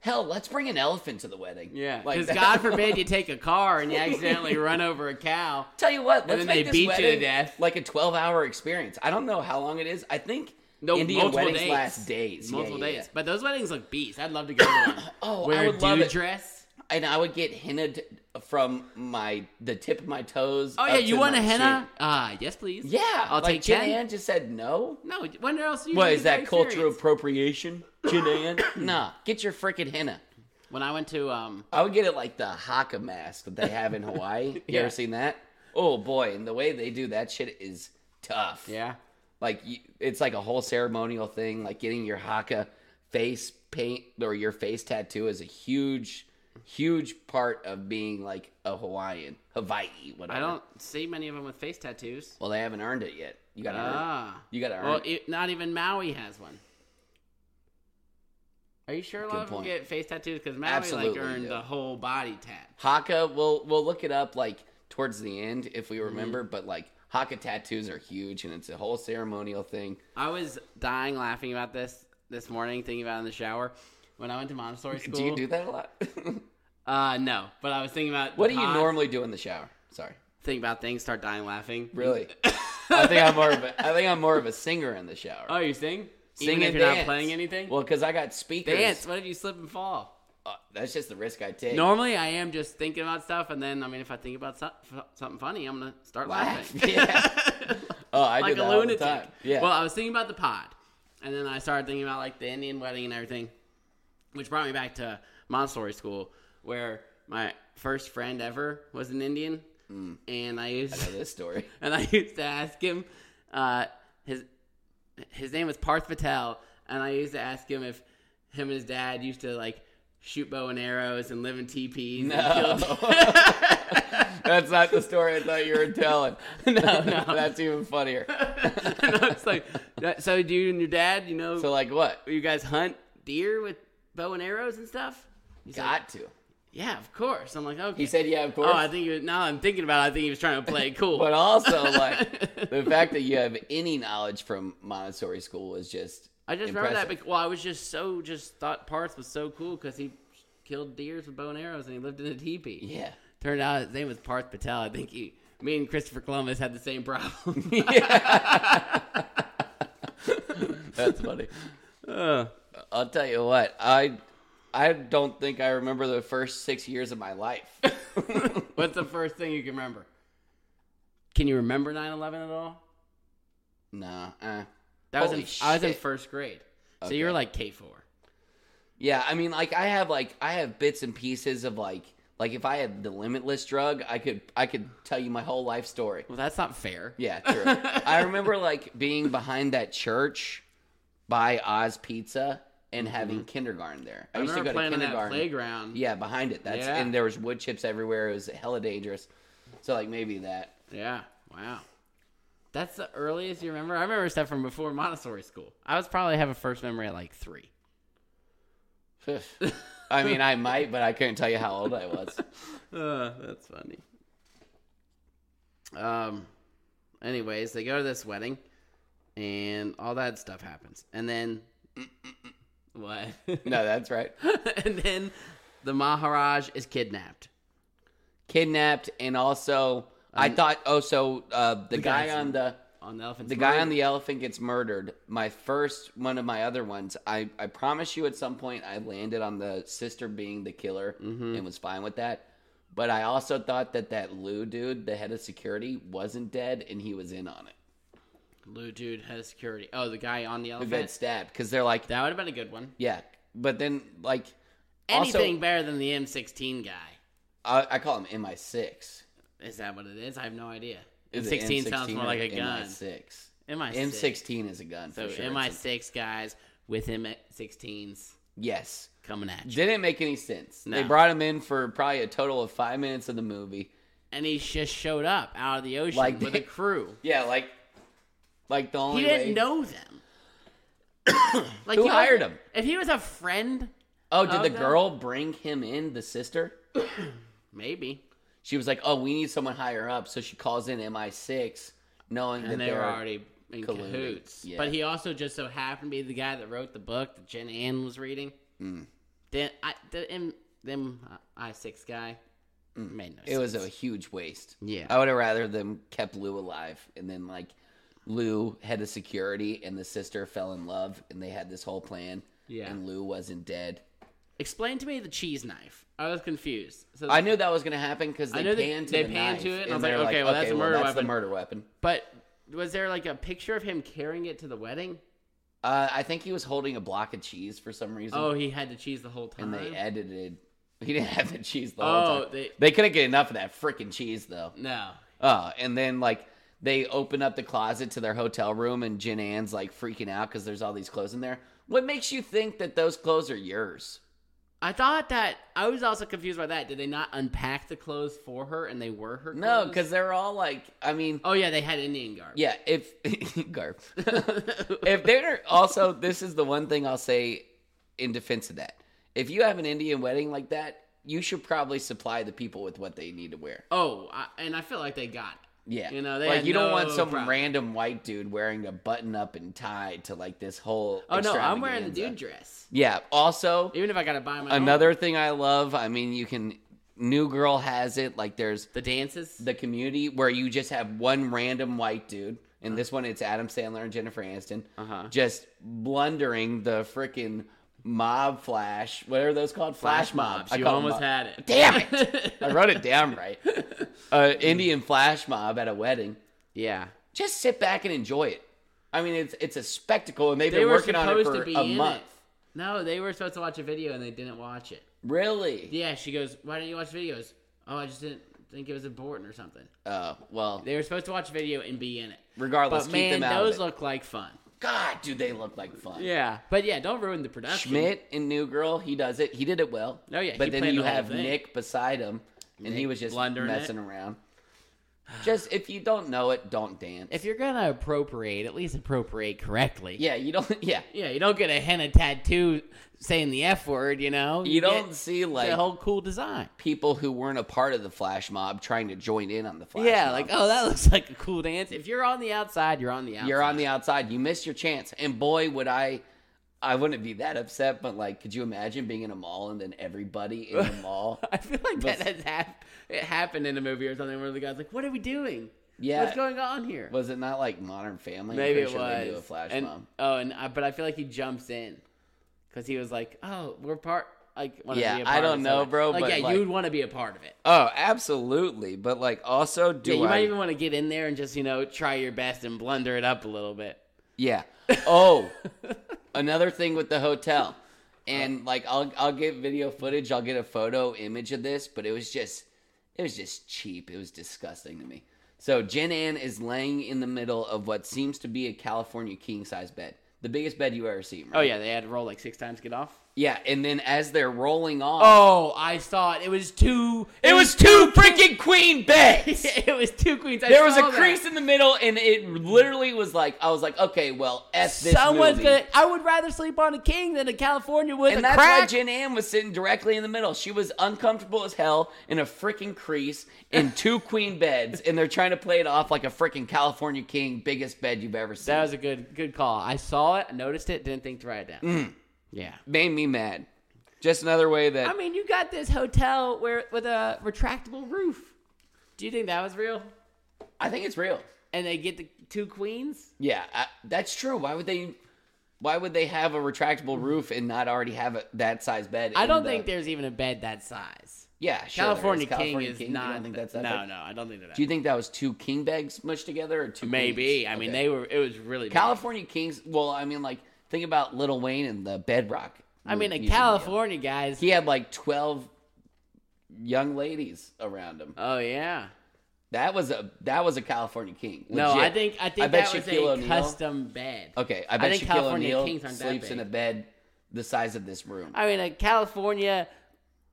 Speaker 2: hell, let's bring an elephant to the wedding.
Speaker 1: Yeah,
Speaker 2: Like
Speaker 1: because
Speaker 2: that.
Speaker 1: God
Speaker 2: [laughs]
Speaker 1: forbid you take a car and you accidentally run over a cow.
Speaker 2: Tell you what, let's
Speaker 1: then
Speaker 2: make
Speaker 1: they
Speaker 2: this
Speaker 1: beat you to
Speaker 2: wedding
Speaker 1: death.
Speaker 2: like a 12 hour experience. I don't know how long it is. I think
Speaker 1: No,
Speaker 2: Indian
Speaker 1: multiple
Speaker 2: weddings
Speaker 1: days.
Speaker 2: last days. Yeah,
Speaker 1: Multiple
Speaker 2: yeah,
Speaker 1: days,
Speaker 2: yeah.
Speaker 1: but those weddings look beast. I'd love to go to one.
Speaker 2: [clears throat] [coughs] Oh, I
Speaker 1: Wear
Speaker 2: would
Speaker 1: a
Speaker 2: love
Speaker 1: dude
Speaker 2: it. Oh,
Speaker 1: dress.
Speaker 2: And I would get hinted from my the tip of my toes.
Speaker 1: Oh
Speaker 2: up
Speaker 1: yeah, you
Speaker 2: to
Speaker 1: want
Speaker 2: my
Speaker 1: a henna?
Speaker 2: shin.
Speaker 1: Ah, yes, please.
Speaker 2: Yeah,
Speaker 1: I'll
Speaker 2: like
Speaker 1: take
Speaker 2: Jin
Speaker 1: 10.
Speaker 2: Ann just said no.
Speaker 1: No, when else? Are you
Speaker 2: What
Speaker 1: gonna
Speaker 2: is
Speaker 1: get
Speaker 2: that cultural
Speaker 1: experience?
Speaker 2: appropriation, Jin Ann?
Speaker 1: [coughs]
Speaker 2: nah, get your freaking henna.
Speaker 1: When I went to um,
Speaker 2: I would get it like the haka mask that they have
Speaker 1: [laughs]
Speaker 2: in Hawaii. You
Speaker 1: Yeah.
Speaker 2: ever seen that? Oh boy, and the way they do that shit is tough.
Speaker 1: yeah,
Speaker 2: like you, it's like a whole ceremonial thing. Like getting your haka face paint or your face tattoo is a huge, huge part of being like a Hawaiian, Hawaii. Whatever.
Speaker 1: I don't see many of them with face tattoos.
Speaker 2: Well, they haven't earned it yet. You gotta earn.
Speaker 1: Ah,
Speaker 2: You gotta earn.
Speaker 1: well,
Speaker 2: it.
Speaker 1: it, not even Maui has one. Are you sure a
Speaker 2: Good
Speaker 1: lot of them
Speaker 2: point.
Speaker 1: get face tattoos? Because Maui
Speaker 2: Absolutely,
Speaker 1: like earned
Speaker 2: yeah.
Speaker 1: the whole body tat.
Speaker 2: Haka. We'll we'll look it up like towards the end if
Speaker 1: Mhm.
Speaker 2: we remember. But like haka tattoos are huge, and it's a whole ceremonial thing.
Speaker 1: I was dying laughing about this this morning, thinking about it in the shower when I went to [laughs] Montessori school.
Speaker 2: Do you do that a lot? [laughs]
Speaker 1: Uh, no, but I was thinking about the
Speaker 2: what do you
Speaker 1: pod,
Speaker 2: normally do in the shower? Sorry.
Speaker 1: think about things, start dying laughing. [laughs]
Speaker 2: Really? I think I'm more of a I think I'm more of a singer in the shower.
Speaker 1: Oh, you sing?
Speaker 2: Sing
Speaker 1: Even if
Speaker 2: and
Speaker 1: you're not
Speaker 2: dance.
Speaker 1: playing anything?
Speaker 2: Well, because I got speakers.
Speaker 1: dance. What if you slip and fall?
Speaker 2: Uh, that's just the risk I take.
Speaker 1: Normally, I am just thinking about stuff, and then I mean, if I think about so- f- something funny, I'm gonna start
Speaker 2: Laugh.
Speaker 1: laughing
Speaker 2: [laughs]
Speaker 1: [laughs]
Speaker 2: Yeah. Oh, I
Speaker 1: like
Speaker 2: do
Speaker 1: a
Speaker 2: that
Speaker 1: lunatic.
Speaker 2: all the time. Yeah. [laughs]
Speaker 1: Well, I was thinking about the pod, and then I started thinking about like the Indian wedding and everything, which brought me back to Montessori school, where my first friend ever was an Indian, and I used
Speaker 2: Mm. I know
Speaker 1: [laughs]
Speaker 2: this story.
Speaker 1: and I used to ask him, uh, his his name was Parth Patel, and I used to ask him if him and his dad used to like shoot bow and arrows and live in teepees.
Speaker 2: No.
Speaker 1: And kill
Speaker 2: [laughs]
Speaker 1: [laughs]
Speaker 2: that's not the story I thought you were telling. [laughs]
Speaker 1: [laughs]
Speaker 2: No, no, that's even funnier.
Speaker 1: and I was like, "That- so do you and your dad, you know,
Speaker 2: So, like, what?
Speaker 1: you guys hunt deer with bow and arrows and stuff? He's like,
Speaker 2: Got to.
Speaker 1: yeah, of course. I'm like, okay.
Speaker 2: He said, yeah, of course.
Speaker 1: oh, I think you, now I'm thinking about. it, I think he was trying to play it cool.
Speaker 2: [laughs] but uh,
Speaker 1: [laughs]
Speaker 2: also, like, the fact that you have any knowledge from Montessori school is just.
Speaker 1: I just
Speaker 2: impressive.
Speaker 1: remember that. Because, well, I was just so just thought Parth was so cool because he killed deers with bow and arrows and he lived in a teepee.
Speaker 2: Yeah.
Speaker 1: Turned out his name was Parth Patel. I think he, me and Christopher Columbus had the same problem. [laughs]
Speaker 2: [laughs] That's funny.
Speaker 1: uh,
Speaker 2: I'll tell you what, I I don't think I remember the first six years of my life.
Speaker 1: [laughs] what's the first thing you can remember? Can you remember 9-11 at all?
Speaker 2: nah. Uh,
Speaker 1: That was in,
Speaker 2: Holy
Speaker 1: I was in
Speaker 2: shit.
Speaker 1: first grade, so you were
Speaker 2: Okay.
Speaker 1: like K four.
Speaker 2: Yeah, I mean, like I have like I have bits and pieces of like like if I had the limitless drug, I could I could tell you my whole life story.
Speaker 1: Well, that's not fair.
Speaker 2: Yeah, true. I remember like being behind that church by Oz Pizza and having kindergarten there.
Speaker 1: Mm-hmm.
Speaker 2: I,
Speaker 1: I
Speaker 2: used to
Speaker 1: remember
Speaker 2: go to
Speaker 1: playing on
Speaker 2: kindergarten.
Speaker 1: that playground.
Speaker 2: Yeah, behind it. That's
Speaker 1: Yeah.
Speaker 2: and there was wood chips everywhere. It was hella dangerous. So like maybe that.
Speaker 1: [laughs] Yeah. Wow. That's the earliest you remember. I remember stuff from before Montessori school. I was probably have a first memory at like three.
Speaker 2: I mean, I might, but I couldn't tell you how old I was.
Speaker 1: Uh, that's funny. Um. Anyways, they go to this wedding, and all that stuff happens, and then [laughs] what? [laughs]
Speaker 2: No, that's right.
Speaker 1: and then the Maharaj is kidnapped.
Speaker 2: Kidnapped, and also I
Speaker 1: Um,
Speaker 2: thought. Oh, so uh, the, guy
Speaker 1: guy's-
Speaker 2: on the
Speaker 1: On the elephant.
Speaker 2: the guy on the elephant gets murdered. My first one of my other ones. I I promise you, at some point, I landed on the sister being the killer
Speaker 1: Mm-hmm.
Speaker 2: and was fine with that. But I also thought that that Lou dude, the head of security, wasn't dead, and he was in on it.
Speaker 1: Lou dude has security. Oh, the guy on the
Speaker 2: Who got
Speaker 1: elephant.
Speaker 2: stabbed? Because they're like,
Speaker 1: That would have been a good one.
Speaker 2: yeah. But then, like, Also-
Speaker 1: Anything better than the M16 guy.
Speaker 2: I, I call him MI6.
Speaker 1: Is that what it is? I have no idea.
Speaker 2: Is it
Speaker 1: M16 sounds
Speaker 2: M16
Speaker 1: more
Speaker 2: or
Speaker 1: like a gun.
Speaker 2: MI6.
Speaker 1: MI6.
Speaker 2: M16 is a gun.
Speaker 1: So
Speaker 2: for sure. It's a-
Speaker 1: MI6 guys with M16s
Speaker 2: yes.
Speaker 1: coming at you.
Speaker 2: Didn't make any sense. They
Speaker 1: No.
Speaker 2: brought him in for probably a total of five minutes of the movie.
Speaker 1: And he just showed up out of the ocean
Speaker 2: Like
Speaker 1: with
Speaker 2: they-
Speaker 1: a crew.
Speaker 2: Yeah, like, like the
Speaker 1: He
Speaker 2: only
Speaker 1: didn't
Speaker 2: way-
Speaker 1: know
Speaker 2: [coughs]
Speaker 1: them. like
Speaker 2: Who
Speaker 1: he wasn't-
Speaker 2: hired him?
Speaker 1: If he was a friend,
Speaker 2: Oh, did
Speaker 1: Oh,
Speaker 2: the
Speaker 1: no.
Speaker 2: girl bring him in? The sister?
Speaker 1: maybe.
Speaker 2: She was like, "Oh, we need someone higher up," so she calls in MI6, knowing that
Speaker 1: And they
Speaker 2: they're
Speaker 1: were already in
Speaker 2: colluding.
Speaker 1: cahoots.
Speaker 2: Yeah.
Speaker 1: But he also just so happened to be the guy that wrote the book that Jen Ann was reading.
Speaker 2: Hmm.
Speaker 1: Then I the M them uh, I six guy made no
Speaker 2: Hmm. It
Speaker 1: sense.
Speaker 2: was a Oh. huge waste.
Speaker 1: Yeah.
Speaker 2: I would have rather them kept Lou alive, and then like Lou head of security and the sister fell in love, and they had this whole plan.
Speaker 1: Yeah.
Speaker 2: and Lou wasn't dead.
Speaker 1: Explain to me the cheese knife. I was confused. So
Speaker 2: I knew that was gonna happen because they
Speaker 1: I know they-
Speaker 2: panned to
Speaker 1: they
Speaker 2: the
Speaker 1: panned
Speaker 2: knife,
Speaker 1: to it, and I was
Speaker 2: they're
Speaker 1: like, okay, well, that's a murder
Speaker 2: that's
Speaker 1: weapon.
Speaker 2: The murder weapon.
Speaker 1: but was there like a picture of him carrying it to the wedding?
Speaker 2: Uh, I think he was holding a block of cheese for some reason,
Speaker 1: Oh, he had the cheese the whole time.
Speaker 2: and they edited. [laughs] He didn't have the cheese the whole
Speaker 1: oh,
Speaker 2: time.
Speaker 1: they
Speaker 2: They couldn't get enough of that freaking cheese though.
Speaker 1: no.
Speaker 2: Uh, and then like they open up the closet to their hotel room, and Jen Ann's like freaking out because there's all these clothes in there. What makes you think that those clothes are yours?
Speaker 1: I thought that I was also confused by that. Did they not unpack the clothes for her and they were her?
Speaker 2: No,
Speaker 1: clothes?
Speaker 2: because they're all like, I mean,
Speaker 1: oh yeah, they had Indian garb.
Speaker 2: yeah, if [laughs] Garf, if they're also, this is the one thing I'll say in defense of that. If you have an Indian wedding like that, you should probably supply the people with what they need to wear.
Speaker 1: [laughs] Oh, I, and I feel like they got it.
Speaker 2: Yeah,
Speaker 1: You know, they
Speaker 2: like
Speaker 1: had
Speaker 2: you don't want
Speaker 1: no
Speaker 2: some
Speaker 1: problem.
Speaker 2: random white dude wearing a button up and tie to like this whole.
Speaker 1: Oh no, I'm wearing the
Speaker 2: extravaganza.
Speaker 1: dude dress.
Speaker 2: Yeah. Also,
Speaker 1: Even if I gotta buy my own.
Speaker 2: another thing I love. I mean, you can New Girl has it. Like there's
Speaker 1: the dances.
Speaker 2: the community where you just have one random white dude, and this one it's Adam Sandler and Jennifer Aniston,
Speaker 1: Uh-huh.
Speaker 2: just blundering the freaking mob flash. What are those called? Flash, mobs. I
Speaker 1: You
Speaker 2: call them
Speaker 1: almost
Speaker 2: mob-
Speaker 1: had it.
Speaker 2: Damn it!
Speaker 1: [laughs]
Speaker 2: I wrote it down right. Uh, Indian flash mob at a wedding.
Speaker 1: yeah.
Speaker 2: Just sit back and enjoy it. I mean, it's it's a spectacle, and they've
Speaker 1: They
Speaker 2: been
Speaker 1: were
Speaker 2: working on it
Speaker 1: supposed to
Speaker 2: for
Speaker 1: be
Speaker 2: a
Speaker 1: in
Speaker 2: month.
Speaker 1: it. No, they were supposed to watch a video and they didn't watch it.
Speaker 2: Really?
Speaker 1: Yeah, she goes, "Why didn't you watch videos?" Oh, I just didn't think it was important or something.
Speaker 2: Oh well,
Speaker 1: They were supposed to watch a video and be in it.
Speaker 2: regardless,
Speaker 1: But
Speaker 2: keep
Speaker 1: man,
Speaker 2: them out. of
Speaker 1: those
Speaker 2: it.
Speaker 1: look like fun.
Speaker 2: God, do they look like fun?
Speaker 1: Yeah, but yeah, don't ruin the production.
Speaker 2: Schmidt in New Girl, he does it. He did it well.
Speaker 1: Oh, yeah,
Speaker 2: but
Speaker 1: he
Speaker 2: then
Speaker 1: played
Speaker 2: you
Speaker 1: the whole
Speaker 2: have
Speaker 1: thing.
Speaker 2: Nick beside him, and he
Speaker 1: Nick
Speaker 2: was just
Speaker 1: blundering
Speaker 2: messing around. Just if you don't know it, don't dance.
Speaker 1: If you're gonna appropriate, at least appropriate correctly.
Speaker 2: yeah, you don't. [laughs] Yeah,
Speaker 1: Yeah, you don't get a henna tattoo saying the F word, you know?
Speaker 2: you don't
Speaker 1: get
Speaker 2: see like
Speaker 1: the whole cool design.
Speaker 2: people who weren't a part of the flash mob trying to join in on the flash.
Speaker 1: yeah,
Speaker 2: mob.
Speaker 1: like, oh, that looks like a cool dance. If you're on the outside, you're on the outside.
Speaker 2: you're on the outside. You missed your chance, and boy, would I. I wouldn't be that upset, but like, could you imagine being in a mall and then everybody in the [laughs] mall?
Speaker 1: [laughs] I feel like that
Speaker 2: Was-
Speaker 1: has hap- it happened in a movie or something where the guy's like, what are we doing?
Speaker 2: Yeah.
Speaker 1: What's going on here?
Speaker 2: Was it not like Modern Family? I'm
Speaker 1: Maybe it
Speaker 2: pretty sure
Speaker 1: was.
Speaker 2: They do a flash
Speaker 1: and,
Speaker 2: mob.
Speaker 1: Oh, and I, but I feel like he jumps in because he was like, "Oh, we're part like wanna
Speaker 2: Yeah,
Speaker 1: be a
Speaker 2: I
Speaker 1: part
Speaker 2: don't
Speaker 1: of it.
Speaker 2: know, bro,
Speaker 1: Like,
Speaker 2: but,
Speaker 1: yeah,
Speaker 2: like-
Speaker 1: you would want to be a part of it.
Speaker 2: Oh, absolutely. But like also do
Speaker 1: Yeah, you
Speaker 2: I
Speaker 1: might even want to get in there and just you know try your best and blunder it up a little bit.
Speaker 2: Yeah. Oh. [laughs] another thing with the hotel. And like I'll I'll get video footage, I'll get a photo image of this, but it was just it was just cheap. It was disgusting to me. So Jen Ann is laying in the middle of what seems to be a California king size bed. The biggest bed you ever seen, right?
Speaker 1: Oh yeah, they had to roll like six times to get off.
Speaker 2: Yeah, and then as they're rolling off
Speaker 1: Oh, I saw it. It was two.
Speaker 2: It was two [laughs] freaking queen [laughs] beds.
Speaker 1: it was two queens. I
Speaker 2: There was
Speaker 1: saw
Speaker 2: a
Speaker 1: that.
Speaker 2: crease in the middle, and it literally was like, I was like, okay, well, F this
Speaker 1: Someone's
Speaker 2: movie.
Speaker 1: gonna. I would rather sleep on a king than a California with
Speaker 2: And
Speaker 1: a
Speaker 2: that's why
Speaker 1: crack.
Speaker 2: Jen Ann was sitting directly in the middle. She was uncomfortable as hell in a freaking crease
Speaker 1: [laughs]
Speaker 2: in two queen beds, and they're trying to play it off like a freaking California king, biggest bed you've ever seen.
Speaker 1: that was a good good call. I saw it, noticed it, didn't think to write it down.
Speaker 2: Mm.
Speaker 1: Yeah.
Speaker 2: Made me mad. Just another way that
Speaker 1: I mean, you got this hotel where with a retractable roof. Do you think that was real?
Speaker 2: I think it's real.
Speaker 1: And they get the two queens.
Speaker 2: Yeah, I, that's true. Why would they? Why would they have a retractable roof and not already have a, that size bed?
Speaker 1: I
Speaker 2: in
Speaker 1: don't
Speaker 2: the-
Speaker 1: think there's even a bed that size.
Speaker 2: Yeah, sure there is.
Speaker 1: California, King is
Speaker 2: You
Speaker 1: not.
Speaker 2: don't think that's that
Speaker 1: no,
Speaker 2: big?
Speaker 1: no, I don't think that.
Speaker 2: Do you think that was two king bags mushed together or two?
Speaker 1: Maybe.
Speaker 2: queens?
Speaker 1: I mean,
Speaker 2: Okay.
Speaker 1: they were. It was really big.
Speaker 2: California Kings. Well, I mean, like think about Little Wayne and the Bedrock
Speaker 1: I mean,
Speaker 2: He's
Speaker 1: in
Speaker 2: a man.
Speaker 1: California, guys.
Speaker 2: He had like twelve young ladies around him.
Speaker 1: oh yeah.
Speaker 2: That was a that was a California king.
Speaker 1: No,
Speaker 2: Legit.
Speaker 1: I think I think
Speaker 2: I bet
Speaker 1: that was
Speaker 2: Shaquille
Speaker 1: a
Speaker 2: O'Neal-
Speaker 1: custom bed.
Speaker 2: Okay, I bet
Speaker 1: think
Speaker 2: Shaquille
Speaker 1: California
Speaker 2: O'Neal
Speaker 1: kings aren't that
Speaker 2: sleeps in a
Speaker 1: big.
Speaker 2: bed the size of this room.
Speaker 1: I mean, a California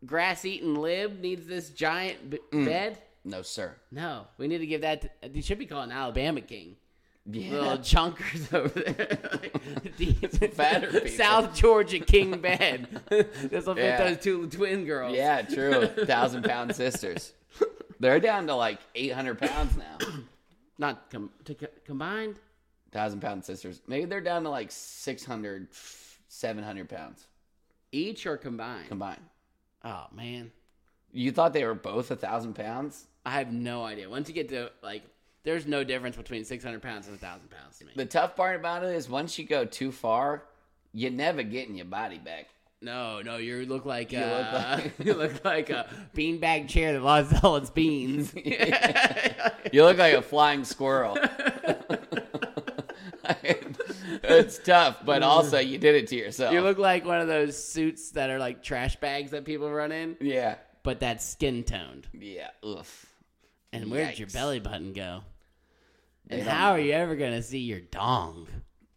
Speaker 1: grass-eating lib needs this giant b-
Speaker 2: Mm.
Speaker 1: bed.
Speaker 2: no, sir.
Speaker 1: No, we need to give that. To, they should be called an Alabama king.
Speaker 2: Yeah.
Speaker 1: Little chunkers over there, [laughs] Like,
Speaker 2: [laughs]
Speaker 1: the-
Speaker 2: fatter people.
Speaker 1: South Georgia king
Speaker 2: [laughs]
Speaker 1: bed. this will fit
Speaker 2: Yeah.
Speaker 1: those two twin girls.
Speaker 2: [laughs]
Speaker 1: [laughs]
Speaker 2: Yeah, true. Thousand pound sisters. They're down to like eight hundred pounds now.
Speaker 1: not com- to co- combined.
Speaker 2: Thousand pound sisters. Maybe they're down to like 600, 700 pounds
Speaker 1: Each or combined?
Speaker 2: combined.
Speaker 1: oh man,
Speaker 2: You thought they were both a thousand pounds?
Speaker 1: I have no idea. Once you get to like, there's no difference between 600 pounds and 1,000 pounds to me.
Speaker 2: The tough part about it is once you go too far, you're never getting your body back.
Speaker 1: No, no, you look like
Speaker 2: look
Speaker 1: uh,
Speaker 2: like-
Speaker 1: [laughs] you look like a beanbag chair that lost all its
Speaker 2: [laughs]
Speaker 1: beans.
Speaker 2: You look like a flying squirrel. [laughs] it's tough, but also you did it to yourself.
Speaker 1: you look like one of those suits that are like trash bags that people run in,
Speaker 2: yeah,
Speaker 1: but that's skin toned.
Speaker 2: yeah. Oof.
Speaker 1: And where'd your
Speaker 2: Yikes.
Speaker 1: belly button go?
Speaker 2: They
Speaker 1: And
Speaker 2: don't
Speaker 1: how are you ever gonna see your dong?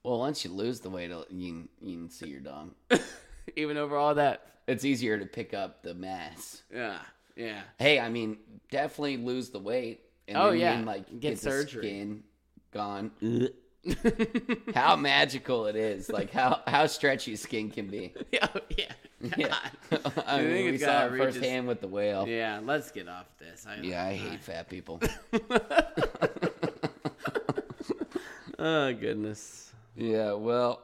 Speaker 2: Well, once you lose the weight, it'll- you can, you can see your dong.
Speaker 1: [laughs] Even over all that,
Speaker 2: It's easier to pick up the mass.
Speaker 1: yeah, [laughs] yeah.
Speaker 2: Hey, I mean, definitely lose the weight. And
Speaker 1: Oh,
Speaker 2: then you
Speaker 1: yeah.
Speaker 2: can, like
Speaker 1: Get
Speaker 2: get,
Speaker 1: surgery.
Speaker 2: The skin gone. how magical it is! Like how how stretchy skin can be.
Speaker 1: yeah, Oh, yeah.
Speaker 2: Yeah. [laughs] I
Speaker 1: You
Speaker 2: mean,
Speaker 1: think
Speaker 2: we
Speaker 1: it's
Speaker 2: saw
Speaker 1: gotta
Speaker 2: it
Speaker 1: reach its-
Speaker 2: firsthand with the whale.
Speaker 1: [laughs] Yeah,
Speaker 2: Yeah,
Speaker 1: let's get off this. I,
Speaker 2: I hate fat people.
Speaker 1: Oh goodness.
Speaker 2: yeah, well,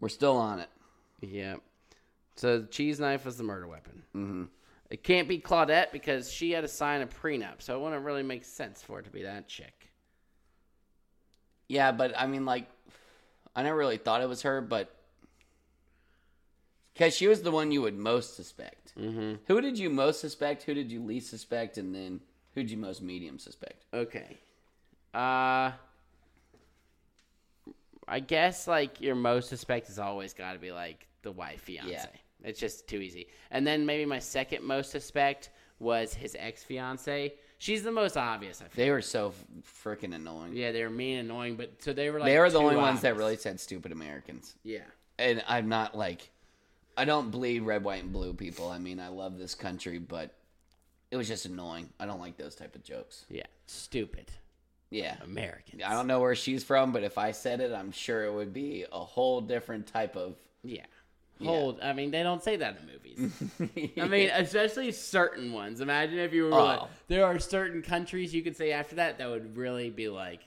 Speaker 2: we're still on it.
Speaker 1: Yeah. So the cheese knife was the murder weapon. Mm-hmm. It can't be Claudette because she had to sign a prenup, so it wouldn't really make sense for it to be that chick.
Speaker 2: Yeah, but I mean, like, I never really thought it was her, but because she was the one you would most suspect. Mm-hmm. Who did you most suspect? Who did you least suspect? And then who did you most medium suspect?
Speaker 1: Okay. Uh I guess like your most suspect has always got to be like the wife fiance.
Speaker 2: Yeah.
Speaker 1: It's just too easy. And then maybe my second most suspect was his ex fiance. She's the most obvious. I feel.
Speaker 2: They were so freaking annoying.
Speaker 1: Yeah, they were mean, and annoying, but so they were like
Speaker 2: they were the
Speaker 1: too
Speaker 2: only ones that
Speaker 1: obvious.
Speaker 2: really said stupid Americans.
Speaker 1: yeah.
Speaker 2: And I'm not like, I don't bleed red, white, and blue people. I mean, I love this country, but it was just annoying. I don't like those type of jokes.
Speaker 1: Yeah, stupid
Speaker 2: Yeah.
Speaker 1: Americans.
Speaker 2: I don't know where she's from, but if I said it, I'm sure it would be a whole different type
Speaker 1: [laughs]
Speaker 2: of.
Speaker 1: Yeah. Hold. I mean, they don't say that in
Speaker 2: [laughs]
Speaker 1: movies. I mean, especially certain ones. Imagine if you were like,
Speaker 2: Oh.
Speaker 1: there are certain countries you could say after that that would really be like,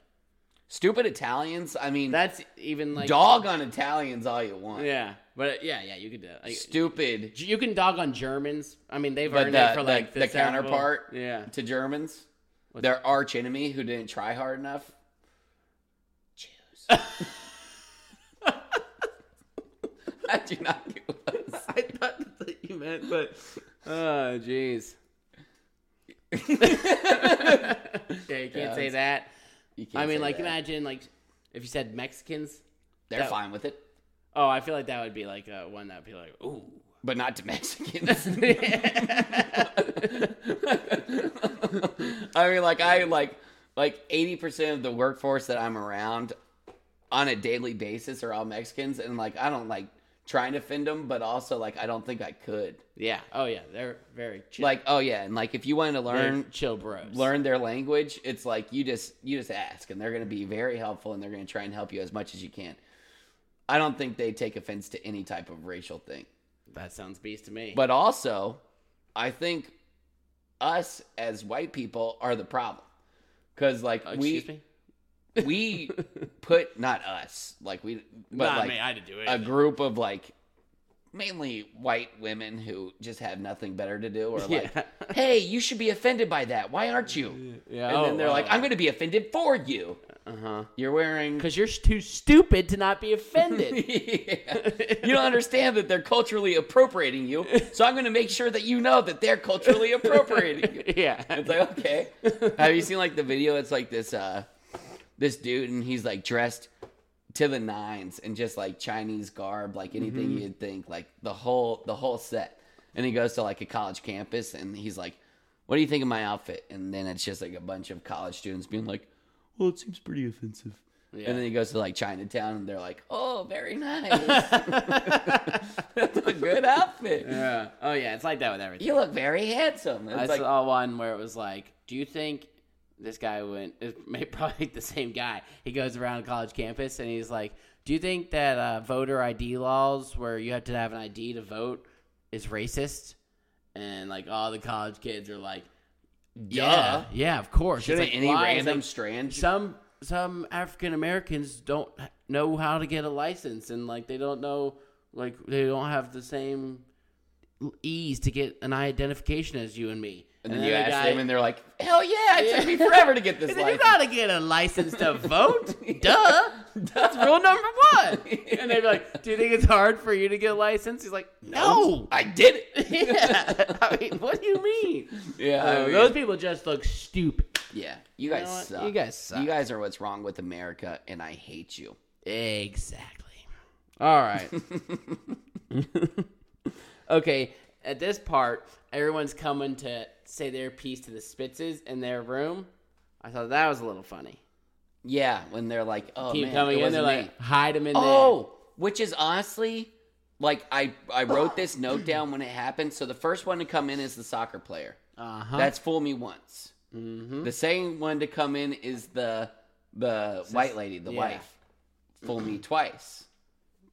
Speaker 2: stupid Italians. I mean,
Speaker 1: that's even like.
Speaker 2: dog on Italians all you want.
Speaker 1: Yeah. But yeah, yeah, you could do it. Like,
Speaker 2: Stupid
Speaker 1: you can dog on Germans. I mean, they've
Speaker 2: But
Speaker 1: earned
Speaker 2: the-
Speaker 1: it for
Speaker 2: the-
Speaker 1: like
Speaker 2: the
Speaker 1: this level.
Speaker 2: counterpart-
Speaker 1: Yeah.
Speaker 2: to Germans, their arch enemy who didn't try hard enough. Jews. I do not get what
Speaker 1: [laughs] I thought that [laughs] you meant, but. [laughs] Oh,
Speaker 2: [laughs]
Speaker 1: jeez. yeah, you can't say
Speaker 2: it's-
Speaker 1: that.
Speaker 2: you can't
Speaker 1: I mean,
Speaker 2: say
Speaker 1: like,
Speaker 2: that.
Speaker 1: imagine, like, if you said Mexicans,
Speaker 2: they're
Speaker 1: that-
Speaker 2: fine with it,
Speaker 1: Oh, I feel like that would be like uh, one that would be like, ooh.
Speaker 2: [laughs]
Speaker 1: [laughs]
Speaker 2: but not to Mexicans. I mean, like I like like eighty percent of the workforce that I'm around on a daily basis are all Mexicans, and like I don't like trying to offend them, but also like I don't think I could.
Speaker 1: yeah. Oh, yeah. They're very chill.
Speaker 2: Like, oh yeah, and like if you wanted to
Speaker 1: They're
Speaker 2: learn
Speaker 1: chill bros.
Speaker 2: learn their language, it's like you just you just ask, and they're going to be very helpful, and they're going to try and help you as much as you can. I don't think they take offense to any type of racial thing.
Speaker 1: That sounds beast to me.
Speaker 2: But also, I think us as white people are the problem. Cuz like
Speaker 1: Oh, excuse
Speaker 2: we
Speaker 1: me.
Speaker 2: we put not us, like we but
Speaker 1: Nah,
Speaker 2: like
Speaker 1: man, I didn't do
Speaker 2: a
Speaker 1: it.
Speaker 2: group of like mainly white women who just have nothing better to do or like
Speaker 1: Yeah. [laughs]
Speaker 2: hey, you should be offended by that. Why aren't you?
Speaker 1: Yeah,
Speaker 2: And
Speaker 1: oh,
Speaker 2: then they're
Speaker 1: wow.
Speaker 2: like I'm going to be offended for you. Uh-huh.
Speaker 1: [laughs]
Speaker 2: You're wearing
Speaker 1: Because you're too stupid to not be offended.
Speaker 2: [laughs]
Speaker 1: [laughs]
Speaker 2: Yeah. You don't understand that they're culturally appropriating you, so I'm going to make sure that you know that they're
Speaker 1: [laughs]
Speaker 2: culturally appropriating you.
Speaker 1: yeah.
Speaker 2: It's like, okay. Have you seen like the video? It's like this, uh, this dude, and he's like dressed to the nines and just like Chinese garb, like anything
Speaker 1: Mm-hmm.
Speaker 2: you'd think, like the whole the whole set. And he goes to like a college campus and he's like, "What do you think of my outfit?" And then it's just like a bunch of college students being like, "Well, it seems pretty offensive."
Speaker 1: Yeah.
Speaker 2: And then he goes to like Chinatown and they're like, "Oh,
Speaker 1: [laughs]
Speaker 2: very nice. [laughs] That's a good outfit.
Speaker 1: Yeah. Oh yeah, it's like that with everything.
Speaker 2: You look very handsome." And
Speaker 1: I
Speaker 2: It's like,
Speaker 1: saw one where it was like, "Do you think this guy went? [laughs] It may probably the same guy. He goes around college campus and he's like, "Do you think that uh, voter ID laws, where you have to have an ID to vote, is racist?" And like all the college kids are like, "Yeah,
Speaker 2: Duh.
Speaker 1: yeah, of course." It's
Speaker 2: Shouldn't
Speaker 1: like,
Speaker 2: any
Speaker 1: why? It's
Speaker 2: random
Speaker 1: like,
Speaker 2: strand
Speaker 1: some some African Americans don't know how to get a license, and like they don't know, like they don't have the same ease to get an identification as you and me.
Speaker 2: And then you
Speaker 1: the
Speaker 2: ask
Speaker 1: guy-
Speaker 2: them, and they're like, "Hell yeah!
Speaker 1: [laughs]
Speaker 2: It took me
Speaker 1: Yeah.
Speaker 2: forever to get this
Speaker 1: And then you
Speaker 2: license."
Speaker 1: gotta get a license
Speaker 2: [laughs]
Speaker 1: to vote. Duh. That's rule number one.
Speaker 2: [laughs]
Speaker 1: And they'd be like, Do you think it's hard for you to get a license? He's like, No. [laughs]
Speaker 2: I did [laughs] it.
Speaker 1: yeah. I mean, what do you mean?
Speaker 2: Yeah,
Speaker 1: Uh,
Speaker 2: [laughs] I mean-
Speaker 1: Those people just look stupid.
Speaker 2: Oh, Yeah, you guys
Speaker 1: know what?
Speaker 2: suck.
Speaker 1: You guys suck.
Speaker 2: You guys are what's wrong with America, and I hate you.
Speaker 1: Exactly. All right. [laughs] okay, at this part, everyone's coming to say their piece to the Spitzes in their room. I thought that was a little funny.
Speaker 2: Yeah, when they're like, "Oh
Speaker 1: Keep
Speaker 2: man,
Speaker 1: coming
Speaker 2: it
Speaker 1: in, they're
Speaker 2: wasn't me.
Speaker 1: like, hide them in there.
Speaker 2: Oh, which is honestly like I
Speaker 1: [sighs]
Speaker 2: I wrote this note down when it happened. So the first one to come in is the soccer player.
Speaker 1: Uh
Speaker 2: [laughs]
Speaker 1: huh.
Speaker 2: That's fool me once. Mm-hmm. The second one to come in is the the white lady, the
Speaker 1: yeah. Mm-hmm.
Speaker 2: wife. Fool me twice.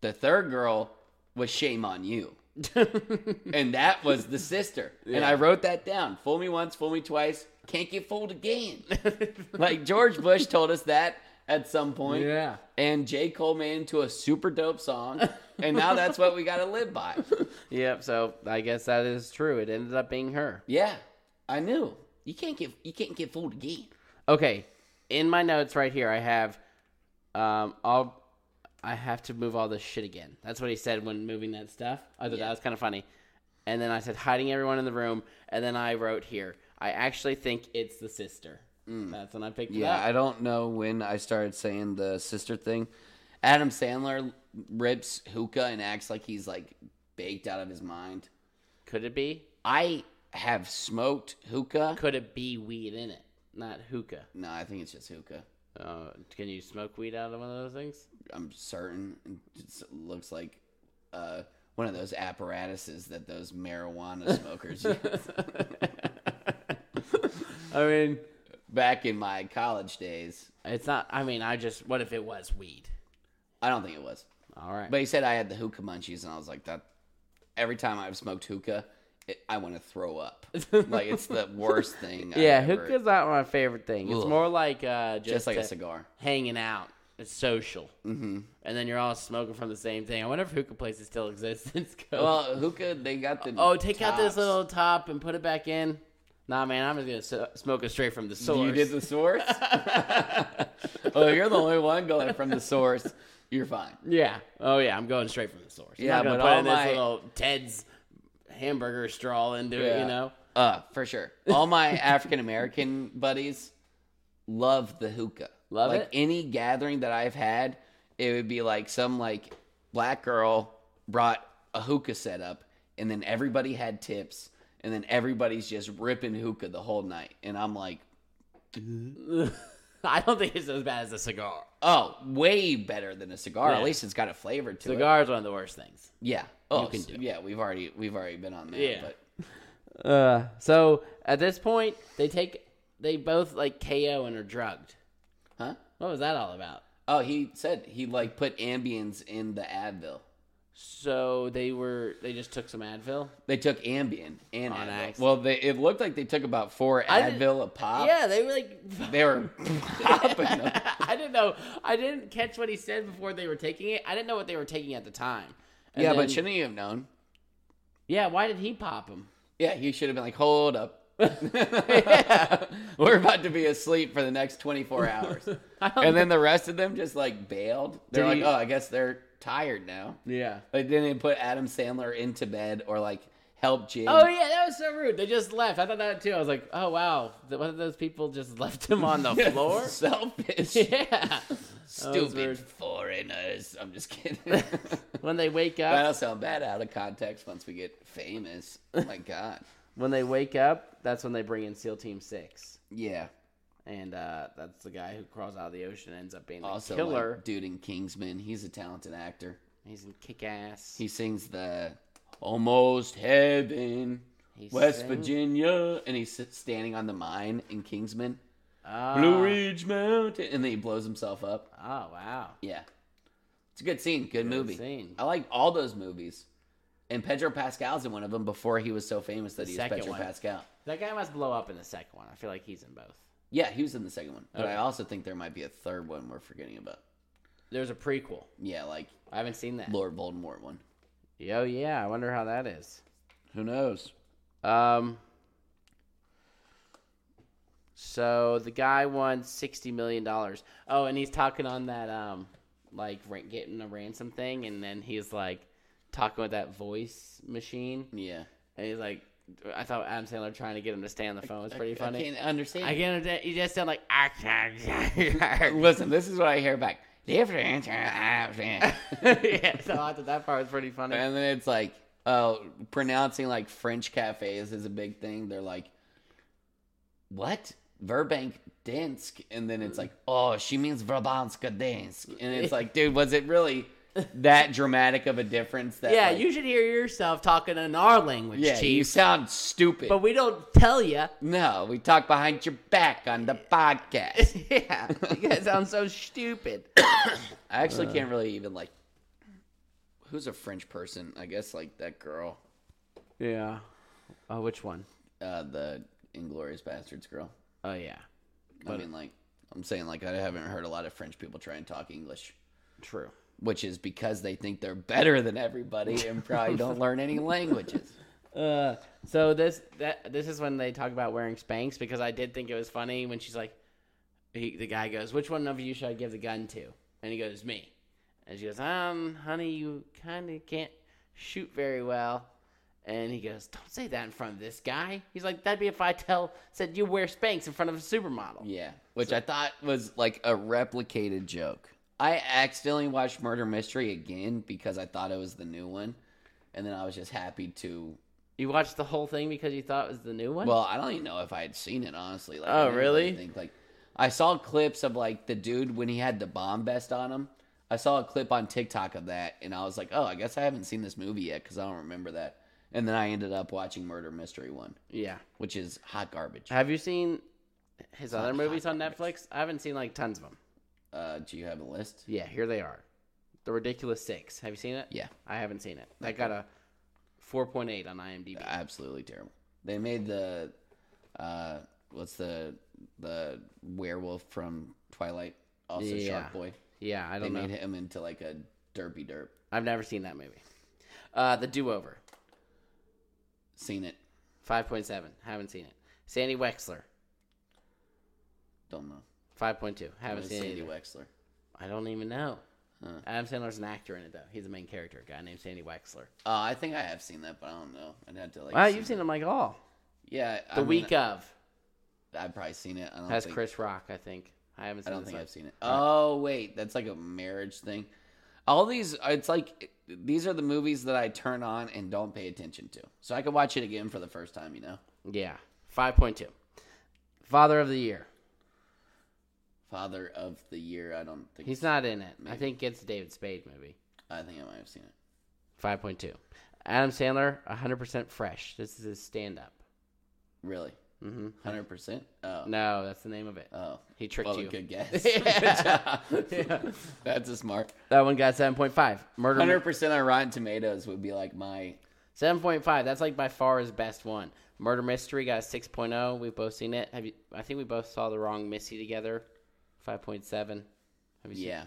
Speaker 2: The third girl was shame on you, and that was
Speaker 1: [laughs]
Speaker 2: the sister. And I wrote that down. Fool me once, fool me twice. Can't get fooled again. [laughs] like George Bush told us that at some point
Speaker 1: yeah.
Speaker 2: and J. Cole made into a super dope song, and now that's what we gotta
Speaker 1: [laughs]
Speaker 2: live by.
Speaker 1: [laughs] Yep. So I guess that is true. It ended up being her.
Speaker 2: Yeah, I knew you can't get you can't get fooled again.
Speaker 1: Okay. In my notes right here, I have, um, all, I have to move all this shit again. That's what he said when moving that stuff. I thought that was kind of funny. And then I said hiding everyone in the room. And then I wrote here. I actually think it's the sister. That's when Mm. I picked it
Speaker 2: Yeah,
Speaker 1: up.
Speaker 2: I don't know when I started saying the sister thing. Adam Sandler rips hookah and acts like he's like baked out of his mind.
Speaker 1: Could it be?
Speaker 2: I have smoked hookah.
Speaker 1: Could it be weed in it? Not hookah.
Speaker 2: No, I think it's just hookah.
Speaker 1: Uh, can you smoke weed out of one of those things?
Speaker 2: I'm certain it just looks like uh, one of those apparatuses that those marijuana smokers use.
Speaker 1: I mean,
Speaker 2: back in my college days.
Speaker 1: it's not. I mean, I just. What if it was weed?
Speaker 2: I don't think it was,
Speaker 1: All right.
Speaker 2: but he said I had the hookah munchies, and I was like, that. Every time I've smoked hookah, it, I want to throw [laughs] up. like it's the worst thing. I've
Speaker 1: Yeah,
Speaker 2: ever-
Speaker 1: hookah's not my favorite thing. It's
Speaker 2: Ugh.
Speaker 1: more like uh, just,
Speaker 2: just like a
Speaker 1: to-
Speaker 2: cigar.
Speaker 1: hanging out. It's social. Mm-hmm. And then you're all smoking from the same thing. I wonder if hookah places still exist. [laughs] in Skokie.
Speaker 2: [laughs] Well, hookah, they got the.
Speaker 1: oh, take out this
Speaker 2: tops.
Speaker 1: little top and put it back in. Nah, man, I'm just gonna so- smoke it straight from the source.
Speaker 2: You did the source. [laughs] oh, you're the only one going from the source. You're fine.
Speaker 1: yeah. Oh yeah, I'm going straight from the source.
Speaker 2: Yeah,
Speaker 1: I'm not gonna
Speaker 2: but
Speaker 1: put
Speaker 2: all
Speaker 1: in this
Speaker 2: my-
Speaker 1: little Ted's hamburger straw into it.
Speaker 2: Yeah.
Speaker 1: You know. [laughs]
Speaker 2: Uh, for sure. All my African American buddies love the hookah.
Speaker 1: Love
Speaker 2: like
Speaker 1: it?
Speaker 2: any gathering that I've had, it would be like some like black girl brought a hookah setup, and then everybody had tips, and then everybody's just ripping hookah the whole night, and I'm like,
Speaker 1: I don't think it's as bad as a cigar.
Speaker 2: oh, way better than a cigar.
Speaker 1: Yeah.
Speaker 2: At least it's got a flavor to it.
Speaker 1: Cigar is one of the worst things.
Speaker 2: Yeah. Oh,
Speaker 1: can
Speaker 2: so-
Speaker 1: do it.
Speaker 2: yeah. We've already we've already been on that.
Speaker 1: Yeah.
Speaker 2: But
Speaker 1: Uh, so at this point, they take they both like KO and are drugged.
Speaker 2: huh?
Speaker 1: What was that all about?
Speaker 2: Oh, he said he like put ambience in the Advil.
Speaker 1: So they were they just took some Advil.
Speaker 2: They took Ambien and
Speaker 1: On
Speaker 2: Advil.
Speaker 1: accident.
Speaker 2: Well, they, it looked like they took about four
Speaker 1: I didn't-
Speaker 2: Advil a pop.
Speaker 1: yeah, they were like. [laughs]
Speaker 2: They [laughs] were popping them.
Speaker 1: I didn't know. I didn't catch what he said before they were taking it. I didn't know what they were taking at the time. And
Speaker 2: yeah,
Speaker 1: then-
Speaker 2: but shouldn't he have known?
Speaker 1: yeah, why did he pop him?
Speaker 2: Yeah, he should have been like,
Speaker 1: [laughs]
Speaker 2: hold up. [laughs] We're about to be asleep for the
Speaker 1: [laughs]
Speaker 2: next 24 hours. and then the rest of them just like bailed. They're
Speaker 1: Did
Speaker 2: like,
Speaker 1: he-
Speaker 2: oh, I guess they're tired now.
Speaker 1: Yeah.
Speaker 2: Like, then they put Adam Sandler into bed or like help Jim.
Speaker 1: Oh yeah, that was so rude. They just left. I thought that too. I was like, oh wow, th- one of those [laughs]
Speaker 2: [laughs]
Speaker 1: people just left him on the floor. [laughs]
Speaker 2: Selfish,
Speaker 1: yeah. That was
Speaker 2: stupid
Speaker 1: weird.
Speaker 2: foreign Saturday nights. I'm just
Speaker 1: [laughs]
Speaker 2: kidding. [laughs]
Speaker 1: when they wake up,
Speaker 2: That'll sound bad out of context once we get famous. Oh my god.
Speaker 1: when they wake up, that's when they bring in SEAL Team Six, [laughs]
Speaker 2: Yeah.
Speaker 1: and uh, that's the guy who crawls out of the ocean and ends up being
Speaker 2: Also,
Speaker 1: a killer.
Speaker 2: like, dude in Kingsman, he's a talented actor.
Speaker 1: He's in Kick Ass.
Speaker 2: He sings the Almost Heaven,
Speaker 1: He
Speaker 2: West
Speaker 1: sings-
Speaker 2: Virginia, and he's s- standing on the mine in Kingsman,
Speaker 1: Oh,
Speaker 2: Blue Ridge Mountain, and then he blows himself up.
Speaker 1: oh wow.
Speaker 2: Yeah. It's a good scene, good, movie.
Speaker 1: scene.
Speaker 2: I like all those movies. And Pedro Pascal's in one of them before he was so famous that he was
Speaker 1: second
Speaker 2: Pedro
Speaker 1: one.
Speaker 2: Pascal.
Speaker 1: That guy must blow up in the second one. I feel like he's in both.
Speaker 2: Yeah, he was in the second one. But
Speaker 1: Okay.
Speaker 2: I also think there might be a third one we're forgetting about.
Speaker 1: There's a prequel.
Speaker 2: Yeah, like
Speaker 1: I haven't seen that.
Speaker 2: Lord Voldemort one.
Speaker 1: Oh yeah, I wonder how that is.
Speaker 2: Who knows?
Speaker 1: Um. So the guy won sixty million dollars. Oh, and he's talking on that um, like ran- getting a ransom thing, and then he's like talking with that voice machine,
Speaker 2: Yeah.
Speaker 1: and he's like, I thought Adam Sandler trying to get him to stay on the phone was pretty
Speaker 2: I-
Speaker 1: funny.
Speaker 2: I can't understand.
Speaker 1: I can't. understand- You just sound like
Speaker 2: Listen, this is what I hear back. Different.
Speaker 1: [laughs]
Speaker 2: [laughs] and
Speaker 1: yeah, so I thought that part was pretty funny.
Speaker 2: then it's like, oh, pronouncing like French cafes is a big thing. They're like, what? Verbank Dansk. And then it's like, oh, she means Verbansk Dansk. And it's like, dude, was it really that dramatic of a difference? That
Speaker 1: Yeah,
Speaker 2: like,
Speaker 1: you should hear yourself talking in our language,
Speaker 2: yeah, you
Speaker 1: Chief.
Speaker 2: sound stupid.
Speaker 1: But we don't tell you.
Speaker 2: no, we talk behind your back on the
Speaker 1: [laughs]
Speaker 2: podcast.
Speaker 1: [laughs] yeah, you guys sound so stupid.
Speaker 2: I actually can't really even like. Who's a French person? I guess like that girl,
Speaker 1: Yeah. Oh, which one?
Speaker 2: uh, the Inglorious Bastards girl.
Speaker 1: Oh yeah,
Speaker 2: I mean, like I'm saying, like I haven't heard a lot of French people try and talk English,
Speaker 1: true.
Speaker 2: which is because they think they're better than everybody and probably don't learn any languages.
Speaker 1: Uh, so this that this is when they talk about wearing Spanx because I did think it was funny when she's like, he, the guy goes, "Which one of you should I give the gun to?" And he goes, "Me." And she goes, "Um, honey, you kind of can't shoot very well." And he goes, "Don't say that in front of this guy." He's like, "That'd be if I tell said you wear Spanx in front of a supermodel."
Speaker 2: Yeah, which I thought was like a replicated joke. I accidentally watched Murder Mystery again because I thought it was the new one, and then I was just happy to
Speaker 1: You watched the whole thing because you thought it was the new one.
Speaker 2: Well, I don't even know if I had seen it honestly. Like, I
Speaker 1: Oh,
Speaker 2: didn't
Speaker 1: really?
Speaker 2: think like I saw clips of like the dude when he had the bomb vest on him. I saw a clip on TikTok of that, and I was like, oh, I guess I haven't seen this movie yet because I don't remember that. And then I ended up watching Murder Mystery One,
Speaker 1: yeah.
Speaker 2: which is hot garbage.
Speaker 1: Have you seen his other
Speaker 2: hot
Speaker 1: movies on Netflix? I haven't seen like tons of them.
Speaker 2: Uh, do you have a list?
Speaker 1: Yeah, here they are. The Ridiculous Six. Have you seen it?
Speaker 2: Yeah,
Speaker 1: I haven't seen it. That got a 4.8 on IMDb.
Speaker 2: absolutely terrible. They made the uh, what's the the werewolf from Twilight, also
Speaker 1: Yeah.
Speaker 2: Shark Boy.
Speaker 1: yeah, I
Speaker 2: They
Speaker 1: don't know.
Speaker 2: made him into like a derpy derp.
Speaker 1: I've never seen that movie. Uh, the Do Over.
Speaker 2: Seen it?
Speaker 1: 5.7. Haven't seen it. Sandy Wexler.
Speaker 2: Don't know.
Speaker 1: 5.2. Haven't
Speaker 2: Who's
Speaker 1: seen it.
Speaker 2: Sandy
Speaker 1: either.
Speaker 2: Wexler.
Speaker 1: I don't even know.
Speaker 2: Huh.
Speaker 1: Adam Sandler's an actor in it though. He's the main character, a guy named Sandy Wexler.
Speaker 2: Oh, I think I have seen that, but I don't know. I'd have to like.
Speaker 1: Wow,
Speaker 2: see
Speaker 1: you've seen him like all.
Speaker 2: it. Yeah, I
Speaker 1: The
Speaker 2: mean,
Speaker 1: Week of
Speaker 2: I've probably seen it. I don't
Speaker 1: has
Speaker 2: think,
Speaker 1: Chris Rock, I think. I haven't
Speaker 2: I
Speaker 1: seen
Speaker 2: don't
Speaker 1: this
Speaker 2: think
Speaker 1: one.
Speaker 2: I've seen it. Oh wait, that's like a marriage thing. All these, it's like these are the movies that I turn on and don't pay attention to, so I could watch it again for the first time. You know,
Speaker 1: Yeah. 5.2. Father of the Year.
Speaker 2: Father of the Year. I don't think.
Speaker 1: He's not in it. I think it's a David Spade movie.
Speaker 2: I think I might have seen it.
Speaker 1: 5.2. Adam Sandler, 100% fresh. This is his stand up.
Speaker 2: Really,
Speaker 1: hmm
Speaker 2: hundred percent. Oh,
Speaker 1: No, that's the name of it.
Speaker 2: oh.
Speaker 1: He tricked
Speaker 2: Well,
Speaker 1: you.
Speaker 2: good
Speaker 1: [laughs]
Speaker 2: guess. [laughs]
Speaker 1: Yeah.
Speaker 2: Good job.
Speaker 1: Yeah.
Speaker 2: That's a smart.
Speaker 1: That one got 7.5. Murder
Speaker 2: Hundred percent on Rotten Tomatoes would be like my
Speaker 1: 7.5. That's like by far his best one. Murder Mystery got 6.0. We've both seen it. Have you I think we both saw the wrong Missy together. 5.7. Have you seen
Speaker 2: yeah.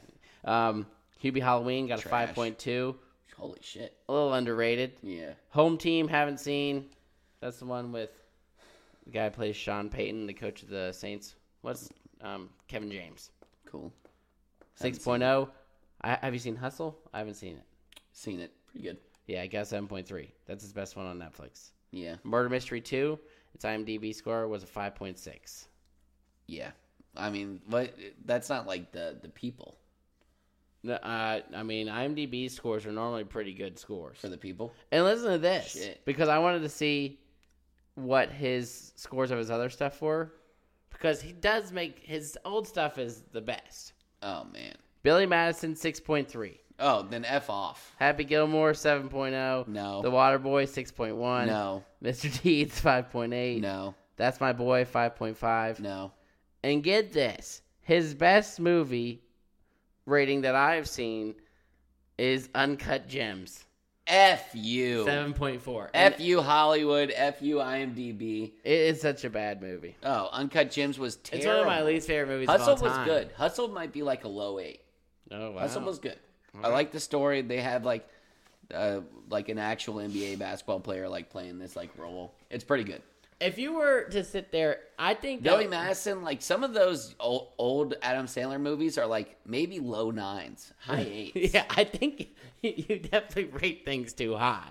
Speaker 1: Um Hubie Halloween got
Speaker 2: Trash.
Speaker 1: a 5.2.
Speaker 2: Holy shit.
Speaker 1: A little underrated.
Speaker 2: Yeah.
Speaker 1: Home team haven't seen. That's the one with the guy who plays Sean Payton, the coach of the Saints. What's um, Kevin James?
Speaker 2: Cool. Haven't
Speaker 1: Six oh.
Speaker 2: seen it.
Speaker 1: I, have you seen Hustle? I haven't seen it.
Speaker 2: Seen it. Pretty good.
Speaker 1: Yeah, I got seven point three. That's his best one on Netflix.
Speaker 2: Yeah.
Speaker 1: Murder Mystery Two. Its IMDb score was a five point six.
Speaker 2: Yeah. I mean, but that's not like the the people.
Speaker 1: No, Uh, I mean, IMDb scores are normally pretty good scores.
Speaker 2: for the people.
Speaker 1: And listen to this
Speaker 2: Shit.
Speaker 1: because I wanted to see what his scores of his other stuff were because he does make his old stuff is the best.
Speaker 2: Oh man.
Speaker 1: Billy Madison 6.3,
Speaker 2: Oh, then f off.
Speaker 1: Happy Gilmore 7.0,
Speaker 2: No.
Speaker 1: The Waterboy 6.1,
Speaker 2: No.
Speaker 1: Mr. Deeds 5.8,
Speaker 2: No.
Speaker 1: That's My Boy 5.5.
Speaker 2: No.
Speaker 1: And get this, his best movie rating that I've seen is Uncut Gems
Speaker 2: F you.
Speaker 1: 7.4. And
Speaker 2: F you Hollywood. F you IMDb.
Speaker 1: it is such a bad movie.
Speaker 2: Oh, Uncut Gems was
Speaker 1: It's
Speaker 2: terrible.
Speaker 1: one of my least favorite movies.
Speaker 2: Hustle
Speaker 1: of all
Speaker 2: was
Speaker 1: time.
Speaker 2: good. Hustle might be like a low eight.
Speaker 1: Oh wow.
Speaker 2: Hustle was good. I like the story. They have like, uh, like an actual NBA basketball player like playing this like role. It's pretty good.
Speaker 1: if you were to sit there, I think that
Speaker 2: Billy
Speaker 1: would-
Speaker 2: Madison, like some of those old, old Adam Sandler movies are like maybe low nines, high
Speaker 1: [laughs]
Speaker 2: eights.
Speaker 1: Yeah, I think you definitely rate things too high.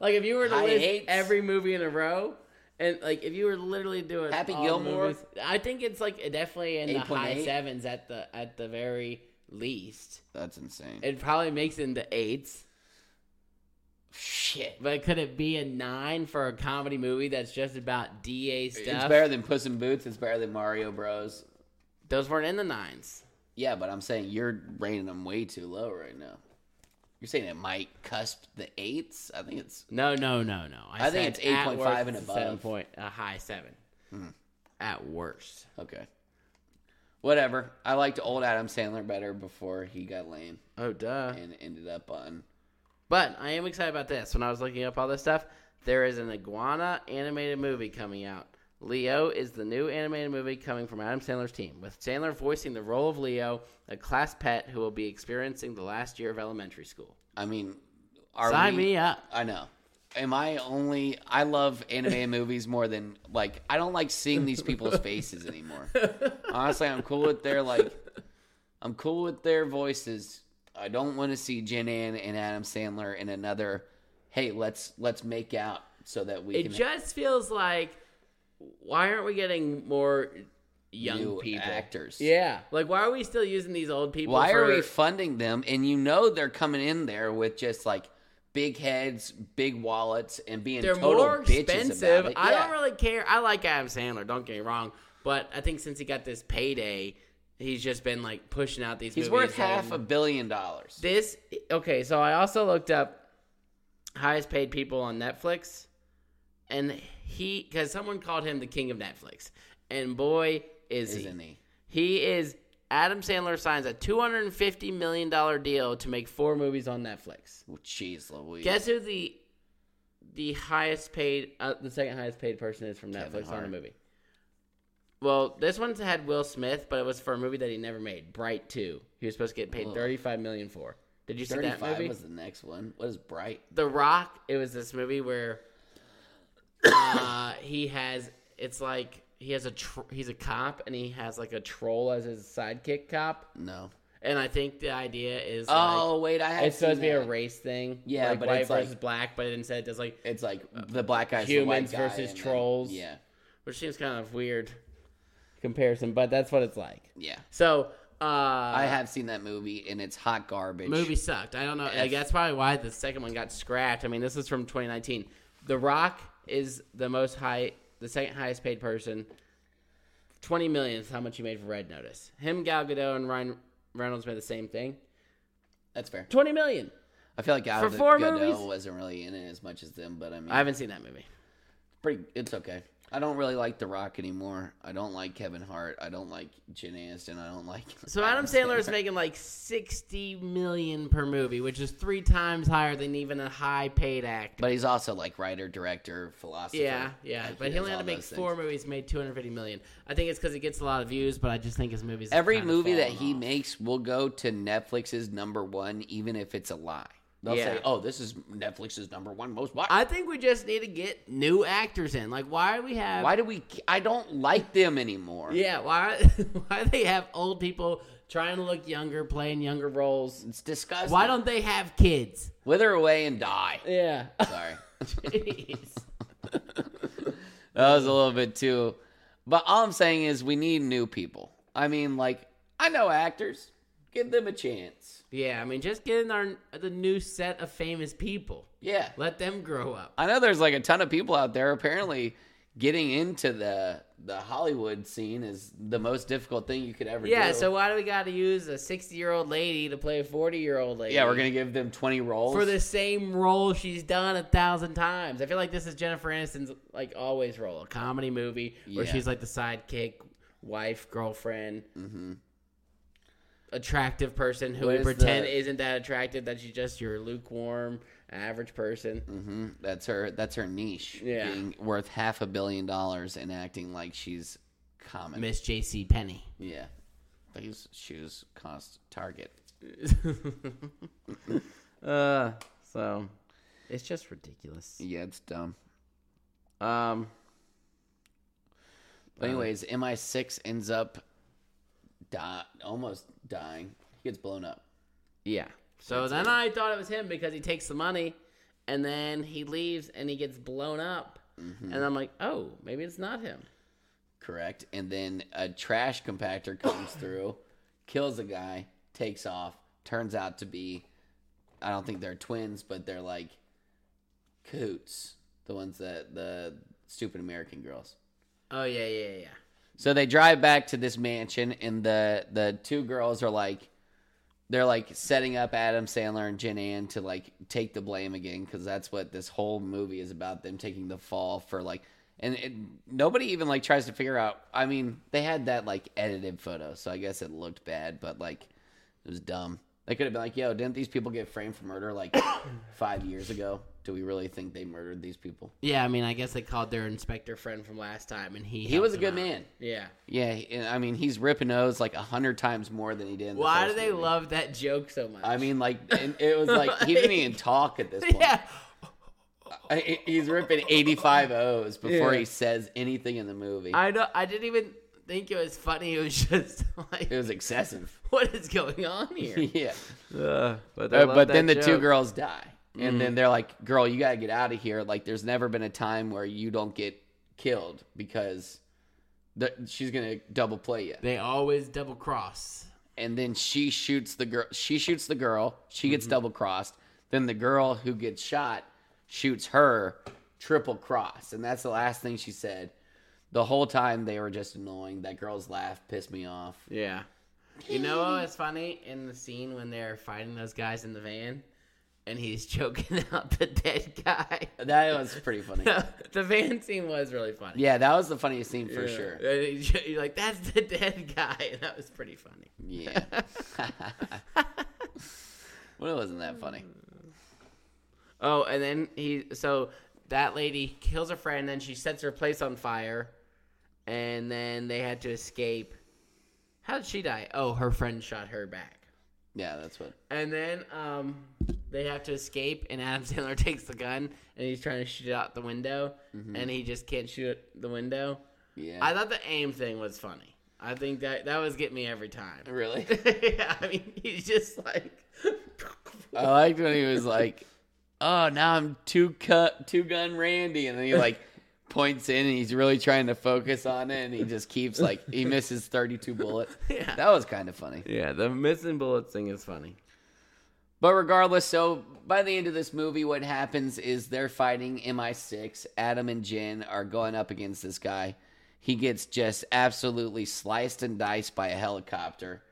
Speaker 1: Like if you were to
Speaker 2: High
Speaker 1: list
Speaker 2: eights.
Speaker 1: every movie in a row, and like if you were literally doing
Speaker 2: Happy
Speaker 1: all the
Speaker 2: Gilmore?
Speaker 1: movies, I think it's like definitely in the high
Speaker 2: 8.8?
Speaker 1: sevens at the at the very least.
Speaker 2: That's insane.
Speaker 1: It probably makes it into eights,
Speaker 2: Shit.
Speaker 1: but could it be a nine for a comedy movie that's just about DA stuff?
Speaker 2: It's better than Puss in Boots. It's better than Mario Bros.
Speaker 1: Those weren't in the nines.
Speaker 2: Yeah, but I'm saying you're rating them way too low right now. You're saying it might cusp the eights. I think it's
Speaker 1: No, no, no, no.
Speaker 2: I think
Speaker 1: said
Speaker 2: it's
Speaker 1: at
Speaker 2: 8.5
Speaker 1: worst
Speaker 2: and
Speaker 1: it's
Speaker 2: above.
Speaker 1: Seven point, a high seven. At worst.
Speaker 2: okay. Whatever. I liked old Adam Sandler better before he got lame
Speaker 1: Oh duh.
Speaker 2: and ended up on.
Speaker 1: But I am excited about this. When I was looking up all this stuff, there is an iguana animated movie coming out. Leo is the new animated movie coming from Adam Sandler's team, with Sandler voicing the role of Leo, a class pet who will be experiencing the last year of elementary school.
Speaker 2: I mean, are
Speaker 1: Sign
Speaker 2: we-
Speaker 1: me up.
Speaker 2: I know. Am I only? I love anime movies more than like. I don't like seeing these people's faces anymore. Honestly, I'm cool with their like. I'm cool with their voices. I don't want to see Jen Ann and Adam Sandler in another. Hey, let's let's make out so that we
Speaker 1: It
Speaker 2: can
Speaker 1: just feels like why aren't we getting more
Speaker 2: have
Speaker 1: young
Speaker 2: new
Speaker 1: people?
Speaker 2: actors.
Speaker 1: Yeah. Like why are we still using these old people?
Speaker 2: Why are
Speaker 1: for-
Speaker 2: we funding them? And you know they're coming in there with just like big heads, big wallets, and being
Speaker 1: They're
Speaker 2: total
Speaker 1: more
Speaker 2: bitches
Speaker 1: expensive.
Speaker 2: about it.
Speaker 1: I
Speaker 2: Yeah.
Speaker 1: don't really care. I like Adam Sandler. Don't get me wrong, but I think since he got this payday, he's just been like pushing out these.
Speaker 2: He's
Speaker 1: movies
Speaker 2: worth half
Speaker 1: and-
Speaker 2: a billion dollars.
Speaker 1: this. Okay, so I also looked up highest paid people on Netflix, and he because someone called him the king of Netflix, and boy is he.
Speaker 2: isn't he?
Speaker 1: He is. Adam Sandler signs a two hundred and fifty million dollar deal to make four movies on Netflix.
Speaker 2: Well, Jeez Louise.
Speaker 1: Guess who the the highest paid, uh, the second highest paid person is from
Speaker 2: Kevin
Speaker 1: Netflix on a
Speaker 2: Hart.
Speaker 1: movie? Well, this one's had Will Smith, but it was for a movie that he never made, Bright Two. He was supposed to get paid
Speaker 2: Ugh.
Speaker 1: thirty five million for. Did you see that
Speaker 2: 35
Speaker 1: movie?
Speaker 2: was the next one. What is Bright?
Speaker 1: The Rock. It was this movie where [coughs] uh, he has. It's like he has a tr- he's a cop and he has like a troll as his sidekick cop.
Speaker 2: No.
Speaker 1: And I think the idea is like,
Speaker 2: Oh, wait, I have
Speaker 1: it's supposed to be a
Speaker 2: that.
Speaker 1: race thing.
Speaker 2: Yeah,
Speaker 1: like
Speaker 2: but
Speaker 1: white
Speaker 2: it's like-
Speaker 1: versus black, but instead it does like
Speaker 2: It's like the black guys,
Speaker 1: Humans versus trolls.
Speaker 2: Yeah.
Speaker 1: which seems kind of weird comparison, but that's what it's like.
Speaker 2: Yeah.
Speaker 1: So, uh,
Speaker 2: I have seen that movie and it's hot garbage.
Speaker 1: movie sucked. I don't know. Like, that's probably why the second one got scrapped. I mean, this is from 2019. The Rock is the most high, the second highest paid person. 20 million is how much he made for Red Notice. Him, Gal Gadot, and Ryan Reynolds made the same thing.
Speaker 2: That's fair.
Speaker 1: 20 million.
Speaker 2: I feel like Gal
Speaker 1: For four
Speaker 2: Gadot
Speaker 1: movies?
Speaker 2: wasn't really in it as much as them, but I mean,
Speaker 1: I haven't seen that movie.
Speaker 2: pretty. It's okay. I don't really like The Rock anymore. I don't like Kevin Hart. I don't like Jen Aniston. I don't like.
Speaker 1: So Adam Sandler is making like 60 million per movie, which is three times higher than even a high paid actor.
Speaker 2: [laughs] But he's also like writer, director, philosopher.
Speaker 1: Yeah, yeah,
Speaker 2: Like,
Speaker 1: but he
Speaker 2: does
Speaker 1: only had
Speaker 2: all
Speaker 1: to make
Speaker 2: those things.
Speaker 1: four movies, made two hundred fifty million. I think it's because it gets a lot of views, but I just think his movies. have
Speaker 2: Every
Speaker 1: kinda
Speaker 2: movie that
Speaker 1: fallen
Speaker 2: he
Speaker 1: off.
Speaker 2: makes will go to Netflix's number one, even if it's a lie. They'll
Speaker 1: Yeah.
Speaker 2: say, "Oh, this is Netflix's number one most watched."
Speaker 1: I think we just need to get new actors in. Like, why do we have?
Speaker 2: Why do we? I don't like them anymore.
Speaker 1: Yeah, why? [laughs] Why they have old people trying to look younger, playing younger roles?
Speaker 2: It's disgusting.
Speaker 1: Why don't they have kids?
Speaker 2: wither away and die?
Speaker 1: Yeah.
Speaker 2: Sorry, [laughs]
Speaker 1: Jeez.
Speaker 2: that was a little bit too. But all I'm saying is, we need new people. I mean, like I know actors. Give them a chance.
Speaker 1: [laughs] Yeah, I mean, just get in our the new set of famous people.
Speaker 2: Yeah.
Speaker 1: Let them grow up.
Speaker 2: I know there's like a ton of people out there apparently getting into the the Hollywood scene is the most difficult thing you could ever do.
Speaker 1: Yeah, so why do we got to use a 60 year old lady to play a 40 year old lady?
Speaker 2: Yeah, we're gonna give them twenty roles
Speaker 1: for the same role she's done a thousand times. I feel like this is Jennifer Aniston's like always role, a comedy movie where
Speaker 2: Yeah.
Speaker 1: she's like the sidekick, wife, girlfriend,
Speaker 2: hmm
Speaker 1: attractive person who
Speaker 2: What
Speaker 1: we
Speaker 2: is
Speaker 1: pretend
Speaker 2: the-
Speaker 1: isn't that attractive. That she's just your lukewarm, average person.
Speaker 2: hmm That's her. That's her niche.
Speaker 1: Yeah.
Speaker 2: being worth half a billion dollars and acting like she's common.
Speaker 1: Miss J.C. Penny.
Speaker 2: yeah, these shoes cost Target.
Speaker 1: uh, so it's just ridiculous.
Speaker 2: Yeah, it's dumb.
Speaker 1: Um,
Speaker 2: But anyways, MI6 ends up di- almost dying. He gets blown up.
Speaker 1: yeah. So then I thought it was him because he takes the money and then he leaves and he gets blown up. And I'm like, oh, maybe it's not him.
Speaker 2: Correct. And then a trash compactor comes through, kills a guy, takes off. Turns out to be, I don't think they're twins, but they're like coots. The ones that the stupid American girls.
Speaker 1: Oh yeah, yeah, yeah.
Speaker 2: So they drive back to this mansion, and the the two girls are like, they're like setting up Adam Sandler and Jen Ann to like take the blame again because that's what this whole movie is about them taking the fall for like, and it, nobody even like tries to figure out. I mean, they had that like edited photo, so I guess it looked bad, but like it was dumb. They could have been like, "Yo, didn't these people get framed for murder like [coughs] five years ago? Do we really think they murdered these people?"
Speaker 1: Yeah, I mean, I guess they called their inspector friend from last time, and he
Speaker 2: He was
Speaker 1: helped
Speaker 2: a good
Speaker 1: them out.
Speaker 2: man.
Speaker 1: Yeah.
Speaker 2: Yeah, he- and I mean he's ripping O's like a hundred times more than he did. In the
Speaker 1: Why do
Speaker 2: first
Speaker 1: they
Speaker 2: movie.
Speaker 1: love that joke so much?
Speaker 2: I mean, like and it was like he didn't even talk at this point.
Speaker 1: [laughs] yeah.
Speaker 2: I- he- he's ripping eighty-five O's before
Speaker 1: Yeah.
Speaker 2: he says anything in the movie.
Speaker 1: I know. I didn't even think it was funny. It was [laughs] just like,
Speaker 2: it was excessive. [laughs]
Speaker 1: what is going on here? [laughs]
Speaker 2: yeah,
Speaker 1: but
Speaker 2: Uh, but then the two girls die, and then they're like, "Girl, you gotta get out of here." Like, there's never been a time where you don't get killed because the, she's gonna double play you.
Speaker 1: They always double cross.
Speaker 2: and then she shoots the girl she shoots the girl she gets
Speaker 1: Mm-hmm.
Speaker 2: double crossed then the girl who gets shot shoots her triple cross and that's the last thing she said the whole time they were just annoying that girl's laugh pissed me off
Speaker 1: Yeah. You know what was funny in the scene when they're fighting those guys in the van, and he's [laughs] choking out the dead guy. [laughs]
Speaker 2: that was pretty funny
Speaker 1: the van scene was really funny.
Speaker 2: yeah that was the funniest scene for
Speaker 1: Yeah.
Speaker 2: sure
Speaker 1: And he- You're like, that's the dead guy. [laughs] And that was pretty funny. [laughs]
Speaker 2: yeah [laughs] well it wasn't that funny
Speaker 1: Oh, and then he so that lady kills a friend, then she sets her place on fire, and then they had to escape. How did she die? Oh, her friend shot her back.
Speaker 2: yeah that's what
Speaker 1: And then um, they have to escape, and Adam [laughs] Sandler takes the gun and he's trying to shoot it out the window, and he just can't shoot the window.
Speaker 2: Mm-hmm. yeah
Speaker 1: I thought the aim thing was funny. I think that that was getting me every time.
Speaker 2: [laughs] really
Speaker 1: [laughs] yeah, I mean, he's just
Speaker 2: [laughs]
Speaker 1: like,
Speaker 2: I liked when he was like, "Oh, now I'm two cut two gun Randy," and then he like points in and he's really trying to focus on it, and he just keeps like he misses thirty two bullets.
Speaker 1: Yeah.
Speaker 2: That was kind of funny.
Speaker 1: yeah, the missing bullets thing is funny.
Speaker 2: But regardless, so by the end of this movie, what happens is they're fighting MI6. Adam and Jen are going up against this guy. He gets just absolutely sliced and diced by a helicopter.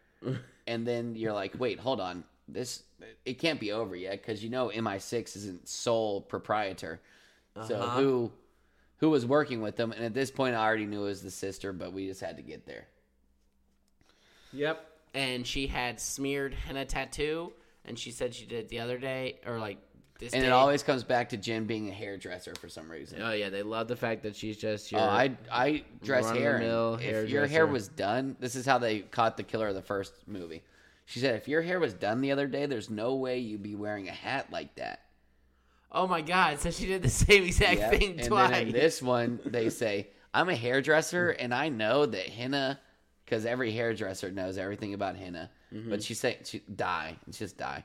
Speaker 2: and then you're like, wait, hold on. This it can't be over yet because you know MI6 isn't sole proprietor. So
Speaker 1: Uh-huh.
Speaker 2: who who was working with them? And at this point, I already knew it was the sister, but we just had to get there.
Speaker 1: Yep. And she had smeared henna tattoo, and she said she did it the other day, or like this
Speaker 2: And
Speaker 1: day.
Speaker 2: it always comes back to Jen being a hairdresser for some reason.
Speaker 1: oh yeah, they love the fact that she's just your.
Speaker 2: Oh, I I dress hair. and
Speaker 1: run-of-the-mill
Speaker 2: if your hair
Speaker 1: hairdresser.
Speaker 2: was done, this is how they caught the killer of the first movie. She said, "If your hair was done the other day, there's no way you'd be wearing a hat
Speaker 1: [laughs]
Speaker 2: like that."
Speaker 1: Oh my god! So she did the same exact
Speaker 2: Yep.
Speaker 1: thing
Speaker 2: and
Speaker 1: twice.
Speaker 2: then in this one,
Speaker 1: [laughs]
Speaker 2: they say, "I'm a hairdresser, and I know that henna, because every hairdresser knows everything about henna."
Speaker 1: Mm-hmm.
Speaker 2: But she said, "She die, it's just die,"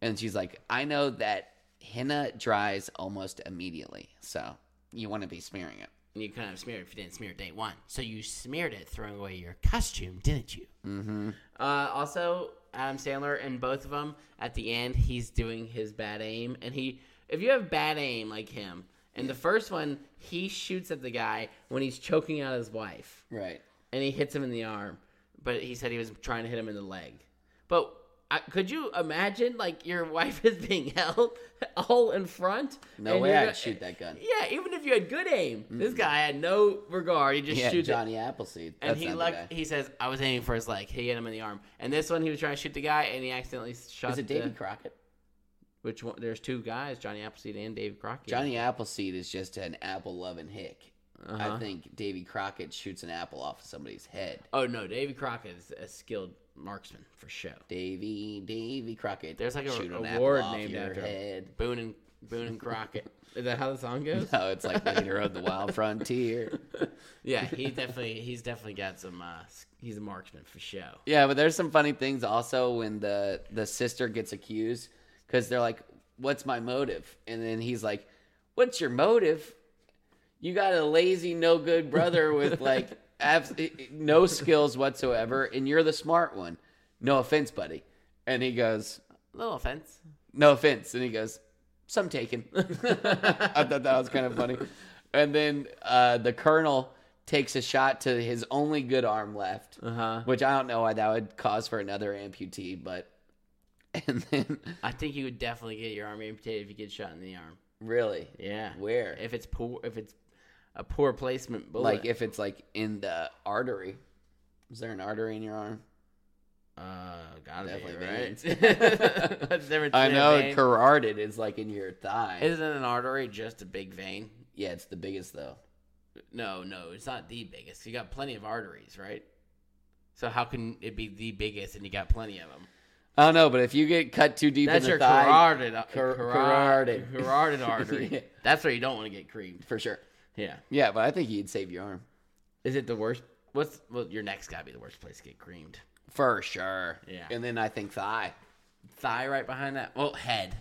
Speaker 2: and she's like, "I know that henna dries almost immediately, so you want to be smearing it."
Speaker 1: And you couldn't have smeared it if you didn't smear it day one. So you smeared it, throwing away your costume, didn't you?
Speaker 2: Mm-hmm.
Speaker 1: Uh, also, Adam Sandler in both of them at the end, he's doing his bad aim, and he if you have bad aim like him, in the first one he shoots at the guy when he's choking out his wife,
Speaker 2: Right.
Speaker 1: and he hits him in the arm, but he said he was trying to hit him in the leg. But I, could you imagine like your [laughs] wife is being held all in front?
Speaker 2: No
Speaker 1: and
Speaker 2: way
Speaker 1: you're
Speaker 2: I'd
Speaker 1: go-
Speaker 2: shoot that gun.
Speaker 1: Yeah, even if you had good aim, this guy had no regard. He just
Speaker 2: Mm-hmm. Yeah,
Speaker 1: shoots it
Speaker 2: Johnny Appleseed. That's
Speaker 1: and he
Speaker 2: not the
Speaker 1: like
Speaker 2: guy.
Speaker 1: he says I was aiming for his leg. He hit him in the arm. And this one he was trying to shoot the guy and he accidentally shot.
Speaker 2: Is it
Speaker 1: the-
Speaker 2: Davy Crockett?
Speaker 1: Which one? There's two guys, Johnny Appleseed and David Crockett.
Speaker 2: Johnny Appleseed is just an apple loving hick.
Speaker 1: Uh-huh.
Speaker 2: I think Davy Crockett shoots an apple off of somebody's head.
Speaker 1: Oh no, David Crockett is a skilled marksman for show.
Speaker 2: Davy, Davy Crockett.
Speaker 1: There's like a
Speaker 2: shoot an
Speaker 1: award
Speaker 2: apple off
Speaker 1: named
Speaker 2: your
Speaker 1: after him.
Speaker 2: head. [laughs]
Speaker 1: Boone and Boone and Crockett. is that how the song goes?
Speaker 2: No, it's like leader of the
Speaker 1: [laughs]
Speaker 2: wild frontier.
Speaker 1: yeah, he definitely he's definitely got some. Uh, s- he's a marksman for show.
Speaker 2: Yeah, but there's some funny things also when the the sister gets accused because they're like, "What's my motive?" And then he's like, "What's your motive? You got a lazy, no good brother with like abs- eh, no skills whatsoever, and you're the smart one. No offense, buddy." And he goes,
Speaker 1: Little offense.
Speaker 2: no offense. And he goes, some taken. [laughs] I thought that was kind of funny. And then uh, the colonel takes a shot to his only good arm left,
Speaker 1: Uh-huh.
Speaker 2: which I don't know why that would cause for another amputee, but. [laughs] And then,
Speaker 1: I think you would definitely get your arm amputated if you get shot in the arm.
Speaker 2: really,
Speaker 1: Yeah.
Speaker 2: where?
Speaker 1: If it's poor, if it's a poor placement bullet.
Speaker 2: like, if it's like in the artery. Is there an artery in your arm?
Speaker 1: Uh, gotta
Speaker 2: Definitely
Speaker 1: be [laughs] right. That's different
Speaker 2: I
Speaker 1: than a
Speaker 2: know
Speaker 1: vein.
Speaker 2: carotid is like in your thigh.
Speaker 1: Isn't an artery just a big vein?
Speaker 2: yeah, it's the biggest though.
Speaker 1: No, no, it's not the biggest. You got plenty of arteries, right? So how can it be the biggest and you got plenty of them?
Speaker 2: I don't know, but if you get cut too deep
Speaker 1: That's
Speaker 2: in the
Speaker 1: your
Speaker 2: thigh,
Speaker 1: carotid, uh,
Speaker 2: Car-
Speaker 1: carotid,
Speaker 2: carotid.
Speaker 1: carotid [laughs] artery.
Speaker 2: Yeah.
Speaker 1: That's where you don't want to get creamed.
Speaker 2: for sure.
Speaker 1: Yeah.
Speaker 2: Yeah, but I think you'd save your arm.
Speaker 1: Is it the worst? What's well? Your neck's got to be the worst place to get creamed.
Speaker 2: For sure.
Speaker 1: Yeah.
Speaker 2: And then I think thigh.
Speaker 1: Thigh right behind that. Well, head.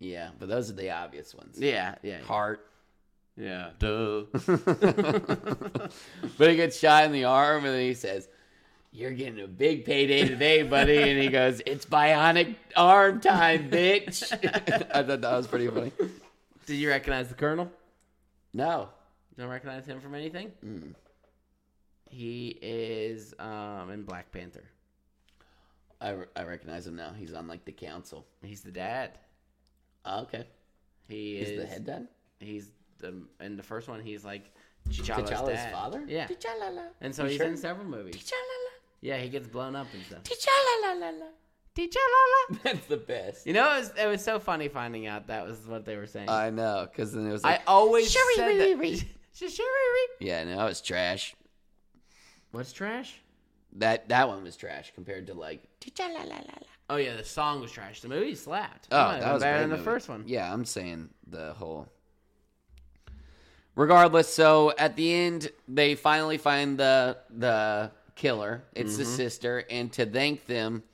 Speaker 2: Yeah, but those are the obvious ones.
Speaker 1: Yeah, yeah,
Speaker 2: Heart. [laughs]
Speaker 1: yeah. Duh. [laughs]
Speaker 2: But he gets shot in the arm and then he says, You're getting a big payday today, buddy. and he goes, It's bionic arm time, bitch. [laughs] I thought that was pretty funny.
Speaker 1: Did you recognize the colonel?
Speaker 2: No.
Speaker 1: Don't recognize him from anything.
Speaker 2: Mm.
Speaker 1: He is um, in Black Panther.
Speaker 2: I, re- I recognize him now. He's on like the council.
Speaker 1: He's the dad.
Speaker 2: Oh, okay.
Speaker 1: He
Speaker 2: Is
Speaker 1: is.
Speaker 2: the head done?
Speaker 1: He's the in the first one. He's like T'Challa's,
Speaker 2: T'Challa's
Speaker 1: dad.
Speaker 2: father?
Speaker 1: Yeah,
Speaker 2: T'Challa.
Speaker 1: and so
Speaker 2: You
Speaker 1: he's
Speaker 2: sure?
Speaker 1: in several movies.
Speaker 2: T'Challa.
Speaker 1: Yeah, he gets blown up and stuff.
Speaker 2: T'Challa.
Speaker 1: T'Challa.
Speaker 2: [laughs] That's the best.
Speaker 1: You know, it was, it was so funny finding out that was what they were saying.
Speaker 2: I know, because then it was
Speaker 1: I
Speaker 2: like,
Speaker 1: always
Speaker 2: Shuri,
Speaker 1: said
Speaker 2: Riri,
Speaker 1: that. [laughs]
Speaker 2: Riri.
Speaker 1: Sh- Shuri, Riri.
Speaker 2: Yeah, no, it's trash.
Speaker 1: What's trash?
Speaker 2: That that one was trash compared to like.
Speaker 1: Oh yeah, the song was trash. The movie slapped.
Speaker 2: Oh,
Speaker 1: Come on, it
Speaker 2: that was a
Speaker 1: better
Speaker 2: great
Speaker 1: than the
Speaker 2: movie.
Speaker 1: first one.
Speaker 2: Yeah, I'm saying the whole. Regardless, so at the end they finally find the the killer. It's the sister, and to thank them,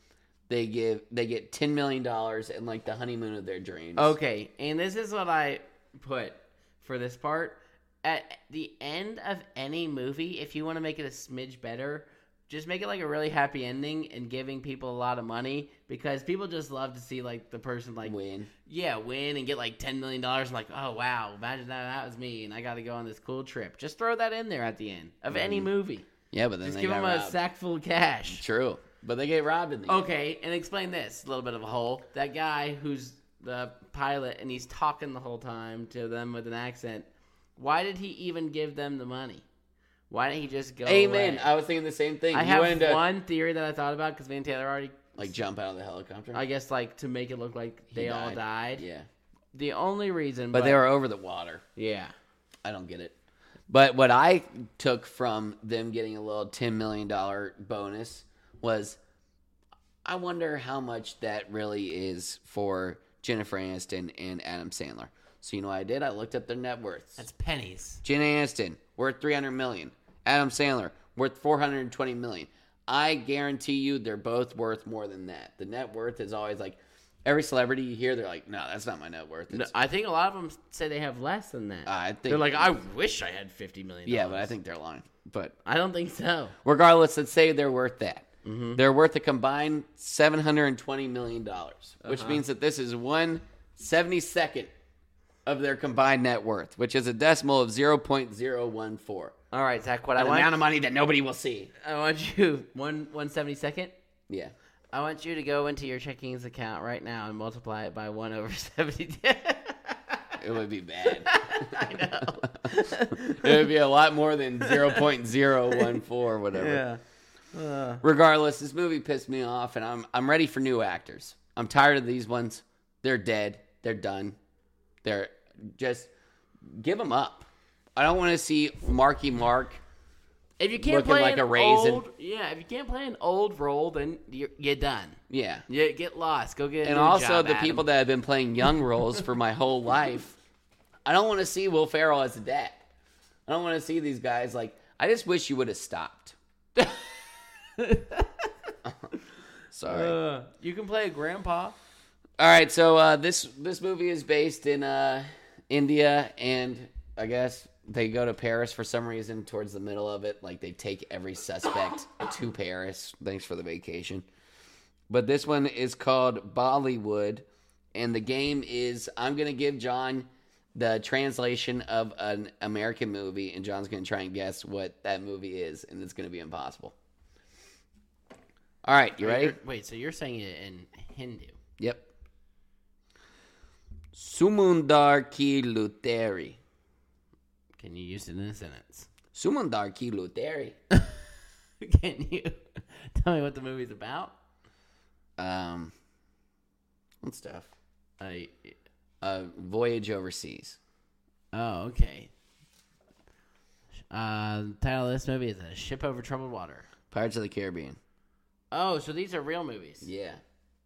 Speaker 2: they give they get ten million dollars and like the honeymoon of their dreams.
Speaker 1: Okay, and this is what I put for this part. At the end of any movie, if you want to make it a smidge better, just make it like a really happy ending and giving people a lot of money because people just love to see like the person like
Speaker 2: win.
Speaker 1: yeah win and get like ten million dollars and like oh wow imagine that that was me and I got to go on this cool trip. Just throw that in there at the end of any movie.
Speaker 2: Yeah, but then
Speaker 1: Just
Speaker 2: Mm-hmm. they
Speaker 1: give
Speaker 2: got
Speaker 1: them a
Speaker 2: robbed.
Speaker 1: sack full of cash.
Speaker 2: True, Oh, but they get robbed in the end.
Speaker 1: Okay, and explain this a little bit of a hole. That guy who's the pilot and he's talking the whole time to them with an accent. Why did he even give them the money? Why didn't he just go?
Speaker 2: Amen.
Speaker 1: away?
Speaker 2: I was thinking the same thing.
Speaker 1: I
Speaker 2: You
Speaker 1: have
Speaker 2: wanted to
Speaker 1: one theory that I thought about because me and Taylor already,
Speaker 2: like jump out of the helicopter.
Speaker 1: I guess, like to make it look like
Speaker 2: He
Speaker 1: they all died.
Speaker 2: Yeah,
Speaker 1: The only reason,
Speaker 2: but they were over the water.
Speaker 1: yeah,
Speaker 2: I don't get it. But what I took from them getting a little $10 million bonus was I wonder how much that really is for Jennifer Aniston and Adam Sandler. So, you know what I did? I looked up their net worths.
Speaker 1: that's pennies.
Speaker 2: Jen Aniston, worth 300 million. Adam Sandler, worth 420 million. I guarantee you they're both worth more than that. The net worth is always like Every celebrity you hear, they're like, "No, that's not my net worth."
Speaker 1: No,
Speaker 2: It's-
Speaker 1: I think a lot of them say they have less than that.
Speaker 2: I think
Speaker 1: They're like, I wish I had fifty million.
Speaker 2: yeah, but I think they're lying. But
Speaker 1: I don't think so.
Speaker 2: regardless, let's say they're worth that. They're worth a combined seven hundred and twenty million dollars, which means that this is one seventy second of their combined net worth, which is a decimal of zero point zero one four.
Speaker 1: All right, Zach. What I
Speaker 2: An amount
Speaker 1: want,
Speaker 2: of money that nobody will see.
Speaker 1: I want you [laughs] one one seventy second.
Speaker 2: Yeah.
Speaker 1: I want you to go into your checkings account right now and multiply it by one over [laughs] seventy.
Speaker 2: It would be bad.
Speaker 1: [laughs] I know.
Speaker 2: it would be a lot more than
Speaker 1: [laughs]
Speaker 2: 0.014 or whatever.
Speaker 1: Uh,
Speaker 2: Regardless, this movie pissed me off and I'm I'm ready for new actors. I'm tired of these ones. They're dead. They're done. They're just give them up. I don't want to see Marky Mark.
Speaker 1: if you can't
Speaker 2: Looking
Speaker 1: play
Speaker 2: like
Speaker 1: an
Speaker 2: a raisin.
Speaker 1: old, yeah, if you can't play an old role, then you're, you're done.
Speaker 2: Yeah.
Speaker 1: Yeah, get lost. Go get. A
Speaker 2: And
Speaker 1: new
Speaker 2: also
Speaker 1: job,
Speaker 2: the
Speaker 1: Adam.
Speaker 2: people that have been playing young roles for my whole life. I don't want to see Will Ferrell as a dad. I don't want to see these guys like I just wish you would have stopped. [laughs] Sorry.
Speaker 1: Uh, you can play a grandpa.
Speaker 2: All right, so uh, this this movie is based in uh, India, and I guess they go to Paris for some reason towards the middle of it. Like they take every suspect [coughs] to Paris. Thanks for the vacation. But this one is called Bollywood, and the game is I'm gonna give John the translation of an American movie, and John's gonna try and guess what that movie is, and it's gonna be impossible. All right, you ready?
Speaker 1: Wait, so you're saying it in Hindu?
Speaker 2: Yep. Sumundar ki Luteri.
Speaker 1: Can you use it in a sentence? [laughs]
Speaker 2: Sumundar ki Luteri.
Speaker 1: Can you [laughs] tell me what the movie's about?
Speaker 2: Um, and stuff.
Speaker 1: I
Speaker 2: A voyage overseas.
Speaker 1: oh, okay. Uh, the title of this movie is A Ship Over Troubled Water.
Speaker 2: Pirates of the Caribbean.
Speaker 1: Oh, so these are real movies.
Speaker 2: Yeah. [laughs]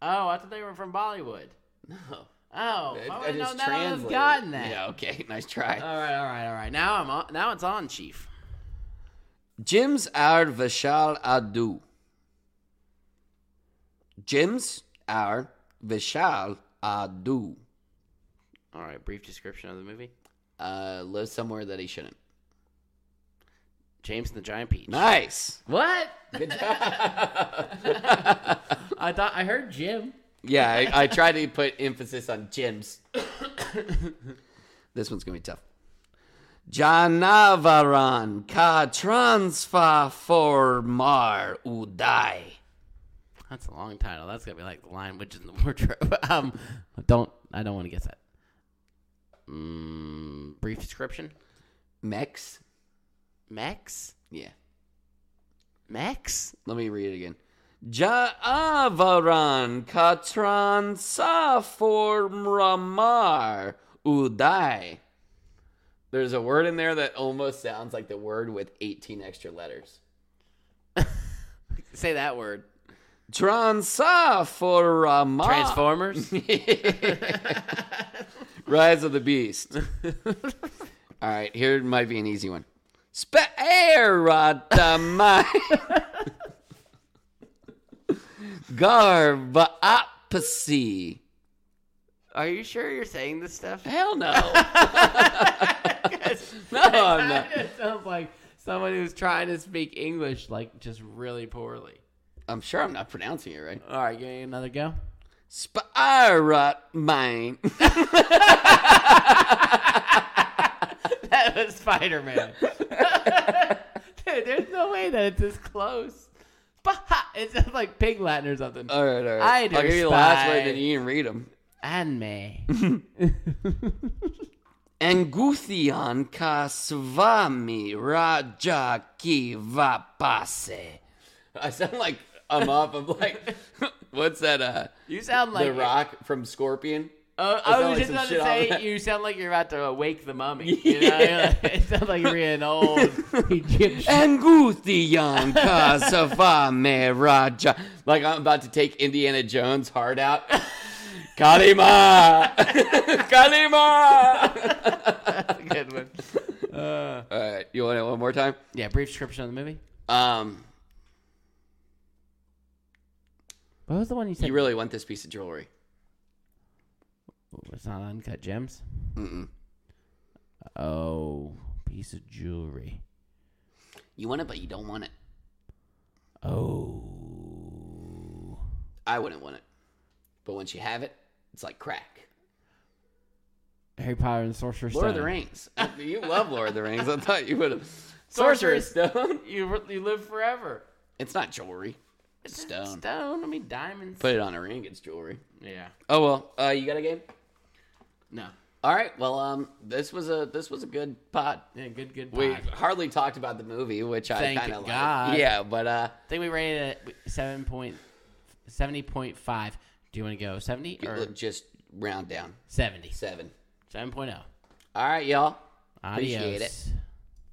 Speaker 1: Oh, I thought they were from Bollywood.
Speaker 2: No.
Speaker 1: Oh,
Speaker 2: I,
Speaker 1: if I,
Speaker 2: I
Speaker 1: would've known
Speaker 2: just
Speaker 1: that, I would
Speaker 2: translated.
Speaker 1: have gotten that. Uh,
Speaker 2: Yeah. Okay. [laughs] Nice try.
Speaker 1: All right, all right, all right. Now I'm on, now it's on, Chief.
Speaker 2: Jim's are Vishal Adu. Jim's are Vishal Adu.
Speaker 1: All right, brief description of the movie.
Speaker 2: Uh, lives somewhere that he shouldn't.
Speaker 1: James and the Giant Peach.
Speaker 2: Nice. [laughs]
Speaker 1: What? I thought I heard Jim.
Speaker 2: Yeah, I, I try to put emphasis on gyms. [coughs] this one's gonna be tough. Janavaran ka transfa for mar udai.
Speaker 1: That's a long title. That's gonna be like the line which is in the wardrobe. [laughs] um, don't I don't want to guess that. Mm, brief description.
Speaker 2: Mex.
Speaker 1: Max.
Speaker 2: Yeah.
Speaker 1: Max.
Speaker 2: Let me read it again. Jaavaran ka transa for mar udai. There's a word in there that almost sounds like the word with 18 extra letters.
Speaker 1: Say that word.
Speaker 2: Transa for mar.
Speaker 1: Transformers.
Speaker 2: [laughs] Rise of the Beast. [laughs] All right, here might be an easy one. Sparadamai. [laughs] Garvaapasi.
Speaker 1: Are you sure you're saying this stuff?
Speaker 2: Hell no. [laughs] no, I'm not.
Speaker 1: [laughs] It sounds like someone who's trying to speak English like just really poorly.
Speaker 2: I'm sure I'm not pronouncing it right.
Speaker 1: All right, give me another go.
Speaker 2: Sparadamai.
Speaker 1: [laughs] That was Spider Man. [laughs] Dude, there's no way that it's this close. It sounds like Pig Latin or something.
Speaker 2: All right, all
Speaker 1: I
Speaker 2: right. I'll give you the last word,
Speaker 1: despise-
Speaker 2: then you can read them. [laughs]
Speaker 1: Anime.
Speaker 2: Anguthian Kasvami Raja Kivapase. I sound like I'm off of like [laughs] what's that uh
Speaker 1: You sound like
Speaker 2: The Rock from Scorpion?
Speaker 1: Uh,
Speaker 2: I
Speaker 1: I was
Speaker 2: sound like
Speaker 1: just
Speaker 2: some
Speaker 1: about
Speaker 2: shit
Speaker 1: to
Speaker 2: off
Speaker 1: say
Speaker 2: that.
Speaker 1: you sound like you're about to wake the
Speaker 2: [laughs]
Speaker 1: mummy. You know? [laughs] it sounds like you're an old Egyptian. [laughs]
Speaker 2: Anguthian [laughs] Kasvami Raja Like I'm about to take Indiana Jones heart out. [laughs] Kalima [laughs] Kalima
Speaker 1: That's a good one. Uh,
Speaker 2: Alright, you want it one more time?
Speaker 1: yeah, brief description of the movie.
Speaker 2: Um
Speaker 1: What was the one you said?
Speaker 2: you really want this piece of jewelry.
Speaker 1: It's not uncut gems.
Speaker 2: Mm-mm.
Speaker 1: Oh, piece of jewelry.
Speaker 2: You want it, but you don't want it.
Speaker 1: Oh.
Speaker 2: I wouldn't want it. But once you have it, it's like crack.
Speaker 1: Harry Potter and Sorcerer's
Speaker 2: Lord of
Speaker 1: Stone.
Speaker 2: the Rings. [laughs] you love Lord of the Rings. I thought you would have.
Speaker 1: [laughs] Sorcerer's
Speaker 2: Sorcerer's Stone.
Speaker 1: You you live forever.
Speaker 2: [laughs] It's not jewelry. It's
Speaker 1: Stone.
Speaker 2: stone.
Speaker 1: I mean diamonds.
Speaker 2: Put it on a ring. It's jewelry.
Speaker 1: yeah.
Speaker 2: Oh well. Uh, you got a game?
Speaker 1: No.
Speaker 2: All right. Well, um, this was a this was a good pod.
Speaker 1: Yeah. Good. Good.
Speaker 2: We
Speaker 1: pod.
Speaker 2: hardly talked about the movie, which
Speaker 1: Thank
Speaker 2: I kind of like.
Speaker 1: God.
Speaker 2: Yeah, but uh,
Speaker 1: I think we rated it at seven point seventy point five. Do you want to go seventy or
Speaker 2: look, just round down
Speaker 1: seventy?
Speaker 2: seven.
Speaker 1: Seven point oh.
Speaker 2: All right, y'all.
Speaker 1: Adios.
Speaker 2: Appreciate it.